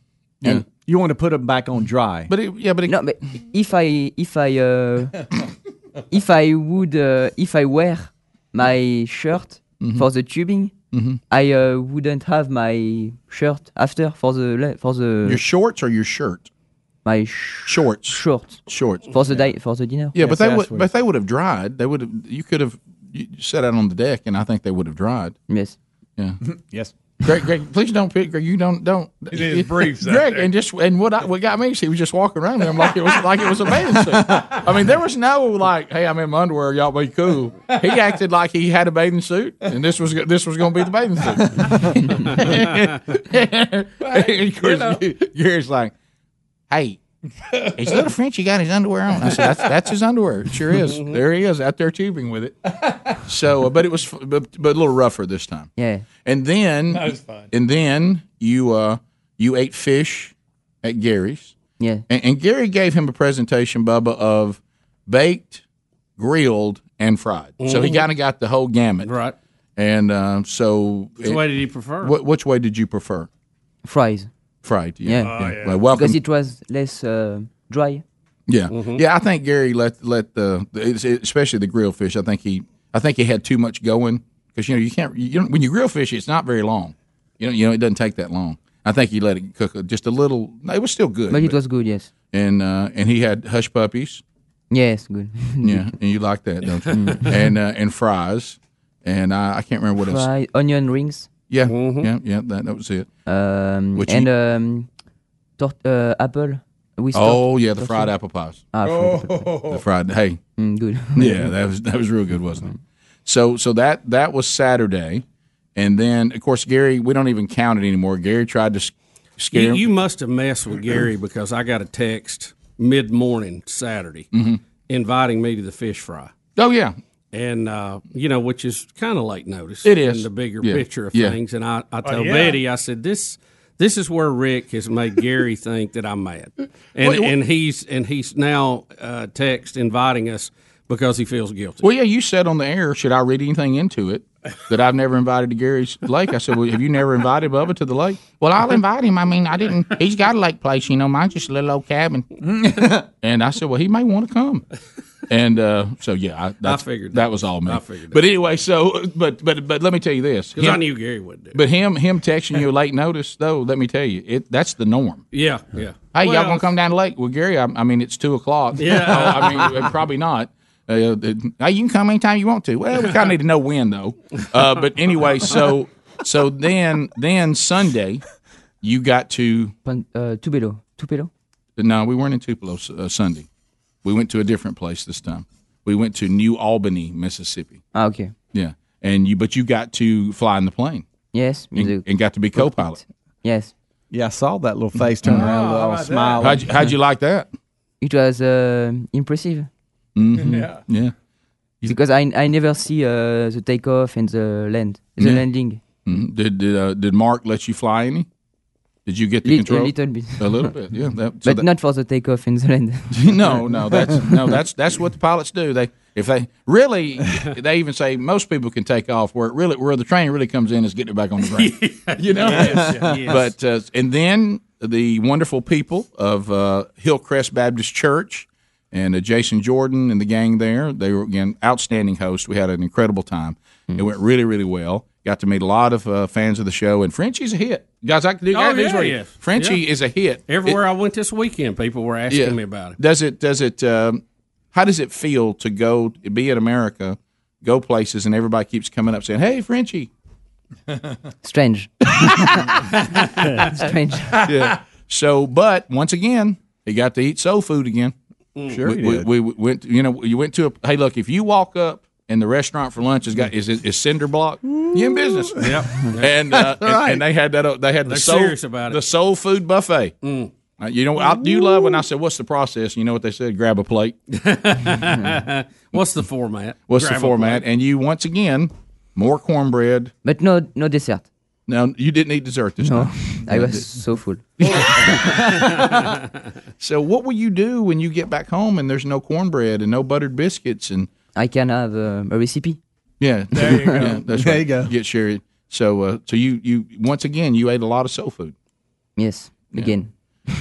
Speaker 16: And
Speaker 4: you want to put them back on dry.
Speaker 9: But it, yeah, but
Speaker 16: no, but if I if I uh, if I would uh, if I wear my shirt
Speaker 9: Mhm.
Speaker 16: for the tubing,
Speaker 9: Mhm.
Speaker 16: I uh, wouldn't have my shirt after for the le- for the
Speaker 9: Your shorts or your shirt?
Speaker 16: My sh-
Speaker 9: shorts.
Speaker 16: Shorts.
Speaker 9: Shorts.
Speaker 16: For the di- for the dinner.
Speaker 9: Yeah, but they would. But they would have dried. They would have. You could have you set out on the deck, and I think they would have dried.
Speaker 16: Yes.
Speaker 9: Yeah.
Speaker 4: yes.
Speaker 9: Greg, Greg, please don't pick. Greg, you don't don't.
Speaker 4: It is briefs out
Speaker 9: Greg,
Speaker 4: there.
Speaker 9: and just and what I, what got me is he was just walking around there like it was like it was a bathing suit. I mean, there was no like, hey, I'm in my underwear, y'all be cool. He acted like he had a bathing suit, and this was this was going to be the bathing suit. And of course, Gary's like, hey. Is little French? He got his underwear on. I said, that's, that's his underwear. It sure is.
Speaker 14: Mm-hmm.
Speaker 9: There he is out there tubing with it. So, uh, but it was, f- but, but a little rougher this time.
Speaker 16: Yeah.
Speaker 9: And then
Speaker 16: That was fun.
Speaker 9: And then you uh you ate fish at Gary's.
Speaker 16: Yeah.
Speaker 9: And, and Gary gave him a presentation, Bubba, of baked, grilled, and fried. So he
Speaker 14: Mhm.
Speaker 9: kind of got the whole gamut.
Speaker 14: Right.
Speaker 9: And um, so
Speaker 14: Which way did he prefer?
Speaker 9: Wh- which way did you prefer?
Speaker 16: Fries.
Speaker 9: Fried. Oh, Yeah.
Speaker 16: Yeah.
Speaker 14: Oh,
Speaker 9: Well, welcome.
Speaker 16: Because it was less uh, dry.
Speaker 9: Yeah,
Speaker 16: Mm-hmm.
Speaker 9: yeah. I think Gary let let the the- it's- it- especially the grill fish. I think he I think he had too much going because you know you can't you you don't, when you grill fish it's not very long. You know you know it doesn't take that long. I think he let it cook just a little. no, It was still good.
Speaker 16: But it was good, yes.
Speaker 9: And uh, and he had hush puppies.
Speaker 16: Yes, good. Mm.
Speaker 9: yeah, and you like that, don't you? and uh, and fries. And I, I can't remember what else.
Speaker 16: Fried onion rings. Mm-hmm.
Speaker 9: Yeah, yeah, yeah. That, that was it.
Speaker 16: Um,
Speaker 9: Which
Speaker 16: and
Speaker 9: you-
Speaker 16: um, tort- uh, apple with
Speaker 9: oh
Speaker 16: tort-
Speaker 9: yeah, the fried
Speaker 16: tortilla.
Speaker 9: apple pies. Oh.
Speaker 16: Ah, fried apple pie.
Speaker 9: the fried. Hey,
Speaker 16: Mm, good.
Speaker 9: yeah, that was that was real good, wasn't it? So so that that was Saturday, and then of course Gary, we don't even count it anymore. Gary tried to s- scare
Speaker 14: You,
Speaker 9: him.
Speaker 14: you must have messed with Gary because I got a text mid morning Saturday
Speaker 9: Mhm.
Speaker 14: inviting me to the fish fry.
Speaker 9: Oh yeah,
Speaker 14: and uh, you know, which is kind of late notice.
Speaker 9: It is.
Speaker 14: in the bigger
Speaker 9: Yeah.
Speaker 14: picture of
Speaker 9: Yeah.
Speaker 14: things. And I, I
Speaker 9: Oh,
Speaker 14: told
Speaker 9: yeah.
Speaker 14: Betty, I said this. This is where Rick has made Gary think that I'm mad, and
Speaker 9: Well,
Speaker 14: and he's and he's now uh, text inviting us because he feels guilty.
Speaker 9: Well, yeah, you said on the air, should I read anything into it that I've never invited to Gary's lake? I said, well, have you never invited Bubba to the lake? Well, I'll invite him. I mean, I didn't. He's got a lake place, you know. Mine's just a little old cabin. and I said, well, he may want to come. And uh, so yeah, I, that's-
Speaker 15: figured
Speaker 9: that
Speaker 15: that.
Speaker 9: was all me.
Speaker 15: I figured
Speaker 9: But anyway, so but but but let me tell you this.
Speaker 15: 'Cause I
Speaker 9: Him-
Speaker 15: knew Gary would do
Speaker 9: But him him texting you late notice though, let me tell you, it that's the norm.
Speaker 15: Yeah, yeah.
Speaker 9: Hey,
Speaker 15: Well,
Speaker 9: y'all gonna come down late? Well, Gary, I, I mean it's two o'clock.
Speaker 15: Yeah.
Speaker 9: Uh, I mean uh, probably not. Uh, it- hey, you can come anytime you want to. Well, we kind of need to know when though. Uh, but anyway, so so then then Sunday, you got to
Speaker 16: uh, Tupelo. Tupelo.
Speaker 9: No, we weren't in Tupelo uh, Sunday. We went to a different place this time. We went to New Albany, Mississippi.
Speaker 16: Ah, okay.
Speaker 9: Yeah, and you but you got to fly in the plane.
Speaker 16: Yes, we
Speaker 9: and, and got to be co-pilot.
Speaker 16: Yes.
Speaker 4: Yeah, I saw that little face turn
Speaker 16: Oh,
Speaker 4: around,
Speaker 16: how
Speaker 4: little
Speaker 16: about that?
Speaker 4: smile.
Speaker 9: Mm-hmm. How'd you, how'd you like that?
Speaker 16: It was uh, impressive.
Speaker 9: Mhm. Yeah. Yeah.
Speaker 16: Because I I never see uh, the takeoff and the land the
Speaker 9: Yeah.
Speaker 16: landing.
Speaker 9: Mhm. Did did, uh, did Mark let you fly any? Did you get the
Speaker 16: Lit-
Speaker 9: control?
Speaker 16: A little bit.
Speaker 9: A little bit. Yeah. That, so
Speaker 16: but
Speaker 9: that-
Speaker 16: not for the takeoff and the land.
Speaker 9: no, no, that's no, that's that's what the pilots do. They if they really, they even say most people can take off. Where it really where the train really comes in is getting it back on the ground. you know.
Speaker 15: Yes, yes.
Speaker 9: But uh, and then the wonderful people of uh, Hillcrest Baptist Church and uh, Jason Jordan and the gang there. They were again outstanding hosts. We had an incredible time. It went really really well. Got to meet a lot of uh, fans of the show, and Frenchie's a hit. Guys, I can do.
Speaker 14: Oh,
Speaker 9: I can do this
Speaker 14: yeah,
Speaker 9: for you.
Speaker 14: yeah.
Speaker 9: Frenchie
Speaker 14: Yeah.
Speaker 9: is a hit
Speaker 14: Everywhere
Speaker 9: It-
Speaker 14: I went this weekend, people were asking me about it.
Speaker 9: does it? Does it? Um, how does it feel to go be in America, go places, and everybody keeps coming up saying, "Hey, Frenchie."
Speaker 16: Strange. Strange.
Speaker 9: Yeah. So, but once again, he got to eat soul food again.
Speaker 16: Mm.
Speaker 15: Sure
Speaker 9: we,
Speaker 15: he
Speaker 9: we-
Speaker 15: did.
Speaker 9: We, went. You know, you went to a. Hey, look, if you walk up and the restaurant for lunch has got is is cinder block, you in business.
Speaker 15: Yep.
Speaker 9: And, uh, and and they had that. uh, They had the
Speaker 15: They're
Speaker 9: soul
Speaker 15: serious about it. Mm.
Speaker 9: the soul food buffet. Uh, you know, I do love when I said, "What's the process?" You know what they said? Grab a plate.
Speaker 14: What's the format?
Speaker 9: What's
Speaker 14: Grab
Speaker 9: the
Speaker 14: a
Speaker 9: format?
Speaker 14: plate.
Speaker 9: And you once again more cornbread.
Speaker 16: But no, no dessert.
Speaker 9: No, you didn't eat dessert this
Speaker 16: No,
Speaker 9: time.
Speaker 16: I was so full.
Speaker 9: so what will you do when you get back home and there's no cornbread and no buttered biscuits and
Speaker 16: I can have um, a recipe.
Speaker 9: yeah,
Speaker 16: There you go.
Speaker 9: Yeah, that's
Speaker 16: There
Speaker 9: right.
Speaker 16: you go.
Speaker 9: Get Sherry. So uh, so you you once again you ate a lot of soul food.
Speaker 16: Yes, again.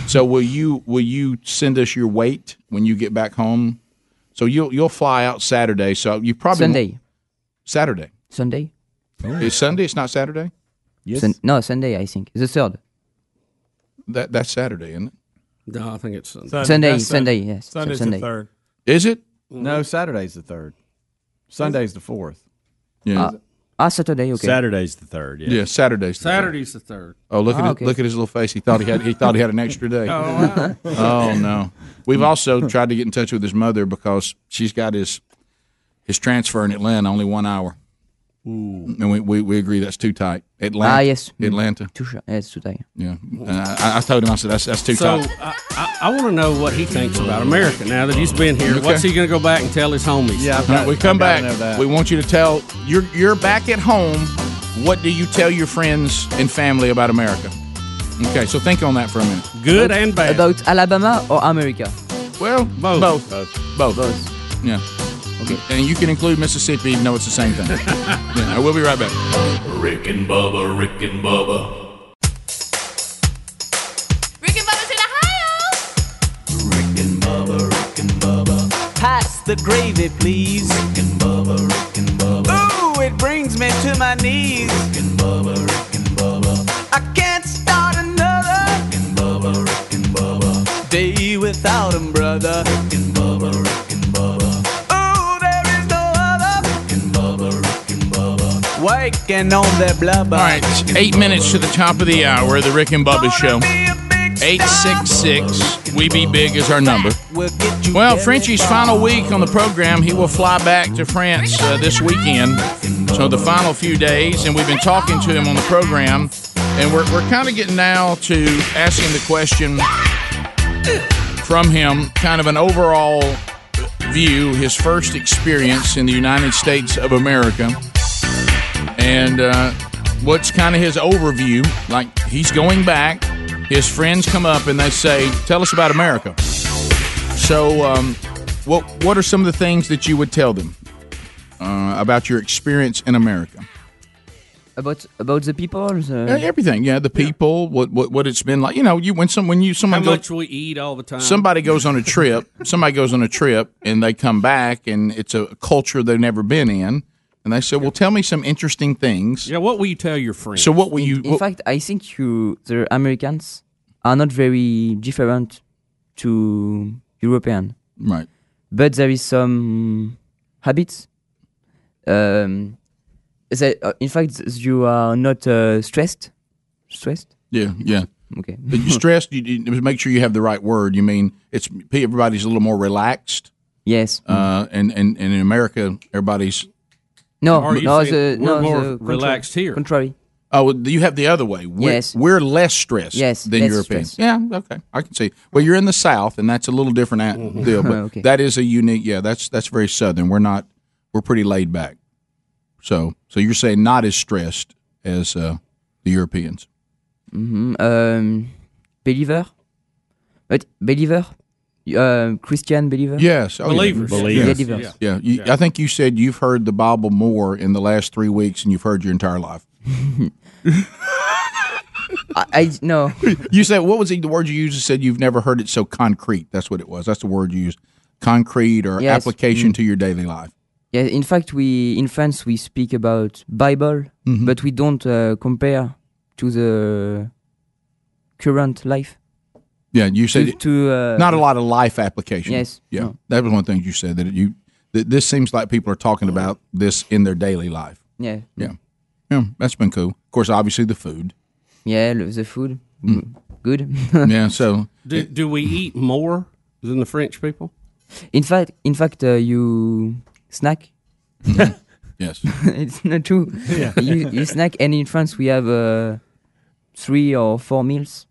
Speaker 9: So will you will you send us your weight when you get back home? So you'll you'll fly out Saturday. So you probably
Speaker 16: Sunday.
Speaker 9: Saturday.
Speaker 16: Sunday.
Speaker 9: It's Sunday. It's not Saturday. Yes.
Speaker 16: Sun- no, Sunday I think the third.
Speaker 9: That that's Saturday, isn't it?
Speaker 14: No, I think it's Sunday.
Speaker 16: Sunday, Sunday, that's Sunday, Sunday. yes. Sunday's the Sunday.
Speaker 9: third. Is it?
Speaker 4: No, Saturday's the third. Sunday's the fourth.
Speaker 9: Yeah.
Speaker 16: Ah, ah, Saturday. Okay.
Speaker 5: Saturday's the third. Yeah.
Speaker 9: Yeah, Saturday's the
Speaker 14: Saturday's the third.
Speaker 9: Oh, look at
Speaker 16: Ah,
Speaker 9: his,
Speaker 16: okay.
Speaker 9: look at his little face. He thought he had he thought he had an extra day.
Speaker 14: Oh, wow.
Speaker 9: Oh, no. We've also tried to get in touch with his mother because she's got his his transfer in Atlanta, only one hour, and we, we, we agree that's too tight. Atlanta,
Speaker 16: Ah, yes. Mm.
Speaker 9: Atlanta.
Speaker 16: Too short. Yes, today.
Speaker 9: Yeah, and I, I told him I said that's that's too
Speaker 14: so
Speaker 9: tight.
Speaker 14: I, I, I want to know what he thinks about America now that he's been here.
Speaker 9: Okay.
Speaker 14: What's he going to go back and tell his homies?
Speaker 9: All right, we come back. We want you to tell you're you're back at home. What do you tell your friends and family about America? Okay, so think on that for a minute.
Speaker 14: Good and bad.
Speaker 16: About Alabama or America?
Speaker 9: Well, both. Both. Both. Yeah. Okay. And you can include Mississippi, even though it's the same thing. yeah, we'll be right back.
Speaker 8: Rick and Bubba, Rick and Bubba,
Speaker 11: Rick and Bubba's in Ohio.
Speaker 18: Pass the gravy, please. Rick and Bubba, Rick and Bubba. Ooh, it brings me to my knees. Rick and Bubba, Rick and Bubba. I can't start another. Rick and Bubba, Rick and Bubba. Day without 'em, brother. Rick and Bubba, Rick and Bubba. Ooh, there is no other. Rick and Bubba, Rick and Bubba. Waking on their blubber. All right,
Speaker 9: Eight minutes to the top of the hour, the Rick and Bubba Show. 866, we be big is our number. Well, Frenchie's final week on the program, he will fly back to France uh, this weekend. So the final few days, and we've been talking to him on the program, and we're, we're kind of getting now to asking the question from him, kind of an overall view, his first experience in the United States of America and uh, what's kind of his overview. Like he's going back. His friends come up and they say, "Tell us about America." So, um, what what are some of the things that you would tell them uh, about your experience in America?
Speaker 16: About about the people. The,
Speaker 9: Yeah, everything. Yeah, the people, what, what what it's been like. You know, you when some when you
Speaker 14: How
Speaker 9: someone goes,
Speaker 14: much we eat all the time.
Speaker 9: somebody goes on a trip, somebody goes on a trip, and they come back, and it's a culture they've never been in, and they say, "Well, tell me some interesting things."
Speaker 14: Yeah, what will you tell your friends?
Speaker 9: So what will you?
Speaker 16: In fact, I think you the Americans are not very different to European.
Speaker 9: Right.
Speaker 16: But there is some habits. Um, that, uh, in fact, you are not uh, stressed. Stressed.
Speaker 9: Yeah, yeah.
Speaker 16: Okay.
Speaker 9: But you stress. You, you make sure you have the right word. You mean it's everybody's a little more relaxed.
Speaker 16: Yes.
Speaker 9: Uh, and, and and in America, everybody's
Speaker 16: No,
Speaker 14: Or you
Speaker 16: no,
Speaker 14: say
Speaker 16: the,
Speaker 14: we're
Speaker 16: no,
Speaker 14: more
Speaker 16: the contrary-
Speaker 14: relaxed here.
Speaker 16: Contrary.
Speaker 9: Oh, well, you have the other way. We're,
Speaker 16: Yes.
Speaker 9: we're less stressed
Speaker 16: Yes,
Speaker 9: than
Speaker 16: less
Speaker 9: Europeans.
Speaker 16: stressed.
Speaker 9: Yeah, okay, I can see. Well, you're in the South, and that's a little different at- deal.
Speaker 16: Mm-hmm.
Speaker 9: But
Speaker 16: Okay.
Speaker 9: that is a unique. Yeah, that's that's very Southern. We're not. We're pretty laid back. So, so you're saying not as stressed as uh, the Europeans.
Speaker 16: Mhm. Um, believer. But believer. Uh, Christian believer.
Speaker 9: Yes, oh, yeah.
Speaker 16: Yeah,
Speaker 9: Yeah,
Speaker 16: believers.
Speaker 9: Yeah. You- I think you said you've heard the Bible more in the last three weeks than you've heard your entire life.
Speaker 16: I, I no.
Speaker 9: You said what was the, the word you used? You said you've never heard it so concrete. That's what it was. That's the word you used. Concrete or
Speaker 16: Yes.
Speaker 9: application
Speaker 16: Mm.
Speaker 9: to your daily life.
Speaker 16: Yeah, in fact, we in France we speak about Bible,
Speaker 9: Mhm.
Speaker 16: but we don't uh, compare to the current life.
Speaker 9: Yeah, you said
Speaker 16: To- to, uh,
Speaker 9: not a lot of life application.
Speaker 16: Yes.
Speaker 9: yeah,
Speaker 16: No.
Speaker 9: that was one thing you said that you that this seems like people are talking about this in their daily life.
Speaker 16: Yeah,
Speaker 9: Yeah, yeah, that's been cool. Of course, obviously the food.
Speaker 16: yeah, lo- the food,
Speaker 9: Mm.
Speaker 16: good.
Speaker 9: yeah, so
Speaker 14: Do, do we eat more than the French people?
Speaker 16: In fact, in fact, uh, you snack.
Speaker 9: yes,
Speaker 16: it's not true.
Speaker 9: Yeah.
Speaker 16: you, you snack, and in France we have uh, three or four meals,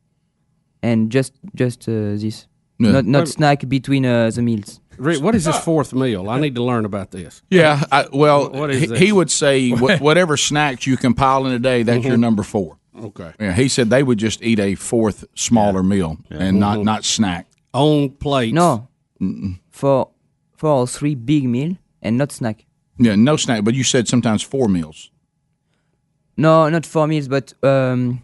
Speaker 16: and just just uh, this,
Speaker 14: Yeah.
Speaker 16: not not
Speaker 14: Wait-
Speaker 16: snack between uh, the meals.
Speaker 14: Rick, what is this fourth meal? I need to learn about this.
Speaker 9: yeah. I, well,
Speaker 14: What is
Speaker 9: he,
Speaker 14: this?
Speaker 9: he would say wh- whatever snacks you compile in a day, that's
Speaker 16: Mm-hmm.
Speaker 9: your
Speaker 14: Mhm.
Speaker 9: number four.
Speaker 14: Okay.
Speaker 9: Yeah, he said they would just eat a fourth smaller meal and not
Speaker 16: Mhm.
Speaker 9: not snack.
Speaker 14: On plates.
Speaker 16: No, for four or three big meal and not snack.
Speaker 9: Yeah, no snack. But you said sometimes four meals.
Speaker 16: No, not four meals, but um,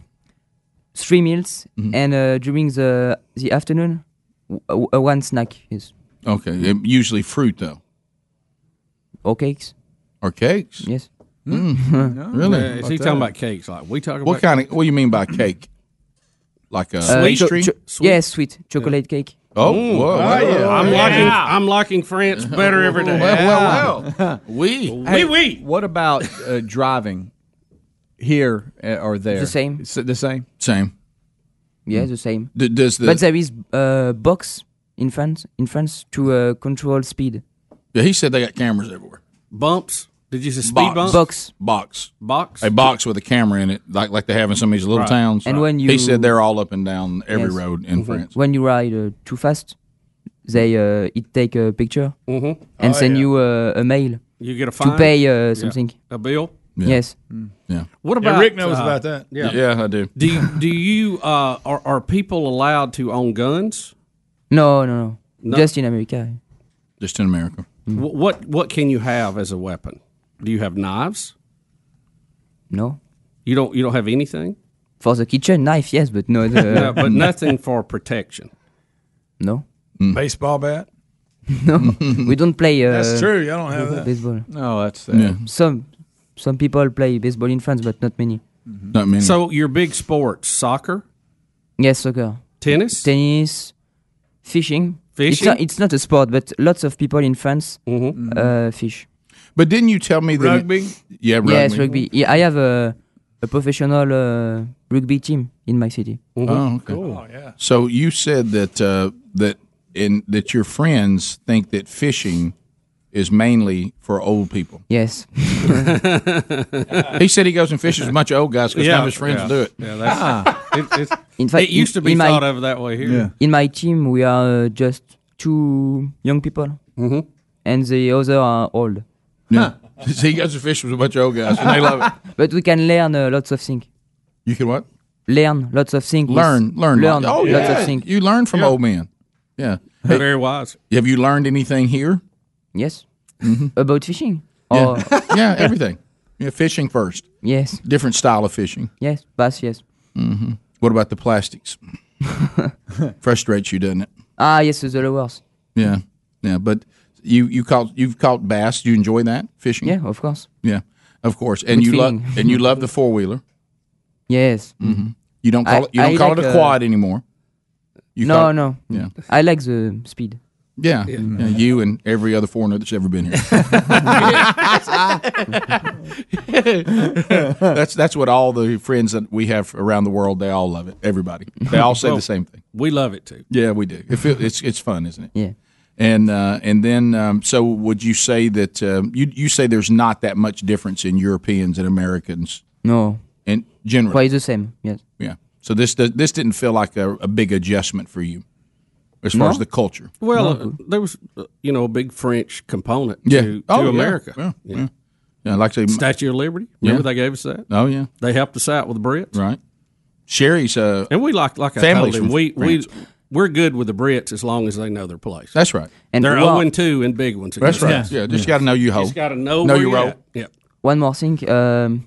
Speaker 16: three meals,
Speaker 9: Mm-hmm.
Speaker 16: and uh, during the the afternoon, w- w- uh, one snack. Yes,
Speaker 9: Okay, it- usually fruit though.
Speaker 16: or cakes.
Speaker 9: Or cakes?
Speaker 16: Yes.
Speaker 9: Mm. really?
Speaker 14: Yeah, is he talking about cakes? Like we talking
Speaker 9: What
Speaker 14: about
Speaker 9: kind of? What do you mean by cake? Like a
Speaker 16: Uh, cho-
Speaker 9: pastry?
Speaker 16: cho- yeah, sweet chocolate cake.
Speaker 9: Oh,
Speaker 14: Mm.
Speaker 9: whoa!
Speaker 14: Oh,
Speaker 9: wow.
Speaker 14: yeah. I'm liking I'm liking France better every day.
Speaker 9: Well, well, well. We
Speaker 14: Hey, we.
Speaker 4: What about uh, driving here uh, or there?
Speaker 16: The same.
Speaker 4: It's the same.
Speaker 9: Same.
Speaker 16: Yeah, the same.
Speaker 9: D- does the?
Speaker 16: but there is uh, box in France in France to uh, control speed.
Speaker 9: yeah, he said they got cameras everywhere.
Speaker 14: Bumps? Did you say speed
Speaker 9: Box.
Speaker 14: bumps?
Speaker 16: Box.
Speaker 9: Box.
Speaker 14: Box.
Speaker 9: A box with a camera in it, like like they have in some of these little
Speaker 16: Right.
Speaker 9: towns.
Speaker 16: And when
Speaker 9: he
Speaker 16: you-
Speaker 9: said they're all up and down every
Speaker 16: Yes. Mm-hmm.
Speaker 9: road in France.
Speaker 16: When you ride uh, too fast, they uh, it take a picture
Speaker 14: Mhm.
Speaker 16: and
Speaker 14: Oh,
Speaker 16: send
Speaker 14: yeah.
Speaker 16: you uh, a mail.
Speaker 14: You get a
Speaker 16: to
Speaker 14: fine?
Speaker 16: pay
Speaker 14: Yeah.
Speaker 16: uh, something.
Speaker 14: A bill? Mm.
Speaker 9: Yeah.
Speaker 16: Yes.
Speaker 9: Yeah.
Speaker 14: What
Speaker 7: Yeah,
Speaker 14: about uh,
Speaker 7: Rick knows about that.
Speaker 14: Yeah,
Speaker 9: Yeah, I do.
Speaker 14: Do you, do you uh, are are people allowed to own guns?
Speaker 16: No, no, no,
Speaker 14: No.
Speaker 16: Just in America.
Speaker 9: Just in America.
Speaker 14: Wh- What what can you have as a weapon? Do you have knives?
Speaker 16: No.
Speaker 14: You don't you don't have anything?
Speaker 16: For the kitchen knife, yes, but no. The,
Speaker 14: No, but nothing for protection.
Speaker 16: No.
Speaker 9: Mm.
Speaker 7: Baseball bat.
Speaker 16: No. we don't play. Uh,
Speaker 7: That's true, you don't have that.
Speaker 16: Baseball.
Speaker 7: No, that's, uh,
Speaker 9: Yeah.
Speaker 16: Some some people play baseball in France, but not many.
Speaker 9: Mm-hmm. Not many.
Speaker 14: So your big sports, soccer,
Speaker 16: Yes, soccer.
Speaker 14: Tennis?
Speaker 16: Tennis. Fishing. It's
Speaker 14: Fishing?
Speaker 16: not, it's not a sport, but lots of people in France uh, fish.
Speaker 9: But didn't you tell me that
Speaker 16: Rugby?
Speaker 9: yeah, rugby.
Speaker 16: Yes, rugby. Yeah, I have a, a professional uh, rugby team in my city.
Speaker 9: Oh, okay. yeah. So you said that uh, that in that your friends think that fishing is mainly for old people.
Speaker 16: Yes.
Speaker 9: he said he goes and fishes with a bunch of old guys because none of his friends
Speaker 14: yeah.
Speaker 9: do it.
Speaker 14: Yeah, that's, Ah. it, it's,
Speaker 16: Ah. In fact,
Speaker 14: it used to
Speaker 16: in-
Speaker 14: be
Speaker 16: in my-
Speaker 14: thought of that way here.
Speaker 16: In my team, we are uh, just two young people,
Speaker 14: Mm-hmm.
Speaker 16: and the other are old.
Speaker 9: Yeah. so he goes and fishes with a bunch of old guys and they love it.
Speaker 16: But we can learn uh, lots of things.
Speaker 9: You can what?
Speaker 16: Learn lots of things. with-
Speaker 9: Learn, learn,
Speaker 16: learn
Speaker 9: Oh,
Speaker 16: lots
Speaker 9: yeah.
Speaker 16: of things.
Speaker 9: You learn from old men. Yeah.
Speaker 14: Very wise.
Speaker 9: Have you learned anything here? Mm-hmm.
Speaker 16: Yes. About fishing.
Speaker 9: Yeah.
Speaker 16: Or
Speaker 9: yeah, everything. Yeah, fishing first.
Speaker 16: Yes.
Speaker 9: Different style of fishing.
Speaker 16: Yes, bass, yes.
Speaker 9: hmm What about the plastics? Frustrates you, doesn't it?
Speaker 16: Ah, yes, with the lowers.
Speaker 9: Yeah, yeah. But you you caught you've caught bass. Do you enjoy that fishing?
Speaker 16: Yeah, of course.
Speaker 9: Yeah, of course. And
Speaker 16: Good
Speaker 9: you love
Speaker 16: feeling.
Speaker 9: and you love the four wheeler.
Speaker 16: Yes.
Speaker 9: hmm You don't call it you don't call it a quad anymore. You
Speaker 16: no,
Speaker 9: call-
Speaker 16: no.
Speaker 9: Yeah.
Speaker 16: uh, I like the speed.
Speaker 9: Yeah. Yeah, you and every other foreigner that's ever been here. that's that's what all the friends that we have around the world they all love it. Everybody they all say
Speaker 15: Well,
Speaker 9: the same thing.
Speaker 15: We love it too.
Speaker 9: Yeah, we do. It feel, it's it's fun, isn't it?
Speaker 16: Yeah.
Speaker 9: And uh, and then um, so would you say that um, you you say there's not that much difference in Europeans and Americans
Speaker 16: No.
Speaker 9: and generally
Speaker 16: Quite the same, yes.
Speaker 9: Yeah. So this does, this didn't feel like a, a big adjustment for you as far
Speaker 14: No.
Speaker 9: as the culture.
Speaker 14: Well, uh, there was uh, you know a big French component to,
Speaker 9: Yeah.
Speaker 14: to
Speaker 9: Oh, yeah.
Speaker 14: America.
Speaker 9: Yeah, yeah. Yeah, like they-
Speaker 14: Statue of Liberty. Remember
Speaker 9: Yeah.
Speaker 14: they gave us that.
Speaker 9: Oh, yeah.
Speaker 14: they helped us out with the Brits,
Speaker 9: right? Sherry's uh,
Speaker 14: and we like like I
Speaker 9: family's
Speaker 14: told him,
Speaker 9: from
Speaker 14: we
Speaker 9: France.
Speaker 14: we we're good with the Brits as long as they know their place.
Speaker 9: That's right.
Speaker 14: And
Speaker 9: And
Speaker 14: they're
Speaker 9: well-
Speaker 14: zero and two in big ones.
Speaker 9: That's right. Yeah, just gotta know you hoe.
Speaker 14: Just got to know
Speaker 9: Know
Speaker 14: where
Speaker 9: your
Speaker 14: you're
Speaker 9: role.
Speaker 14: at. Yeah.
Speaker 16: One more thing. Um,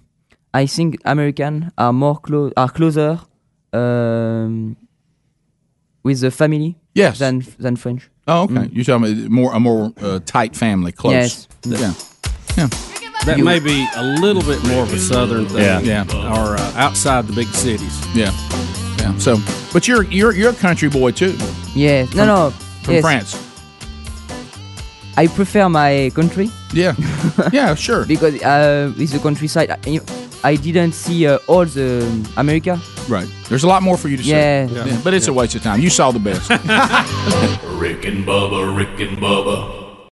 Speaker 16: I think American are more close, are closer um, with the family
Speaker 9: Yes.
Speaker 16: than than French. Mm.
Speaker 9: Oh, okay.
Speaker 14: Mm.
Speaker 9: You're talking about more a more uh, tight family, close.
Speaker 16: Yes.
Speaker 9: Yeah.
Speaker 14: That
Speaker 9: You-
Speaker 14: may be a little bit more of a southern thing,
Speaker 9: Yeah. Yeah.
Speaker 14: or uh, outside the big cities.
Speaker 9: Yeah. Yeah. So, but you're you're you're a country boy too.
Speaker 16: Yes.
Speaker 9: From-
Speaker 16: no, no.
Speaker 9: from
Speaker 16: yes.
Speaker 9: France.
Speaker 16: I prefer my country.
Speaker 9: Yeah. Yeah, sure.
Speaker 16: because uh, with the countryside, I, I didn't see uh, all the America.
Speaker 9: Right. There's a lot more for you to
Speaker 16: Yeah.
Speaker 9: see.
Speaker 16: Yeah.
Speaker 9: But it's a waste of time. You saw the best.
Speaker 8: Rick and Bubba, Rick and Bubba.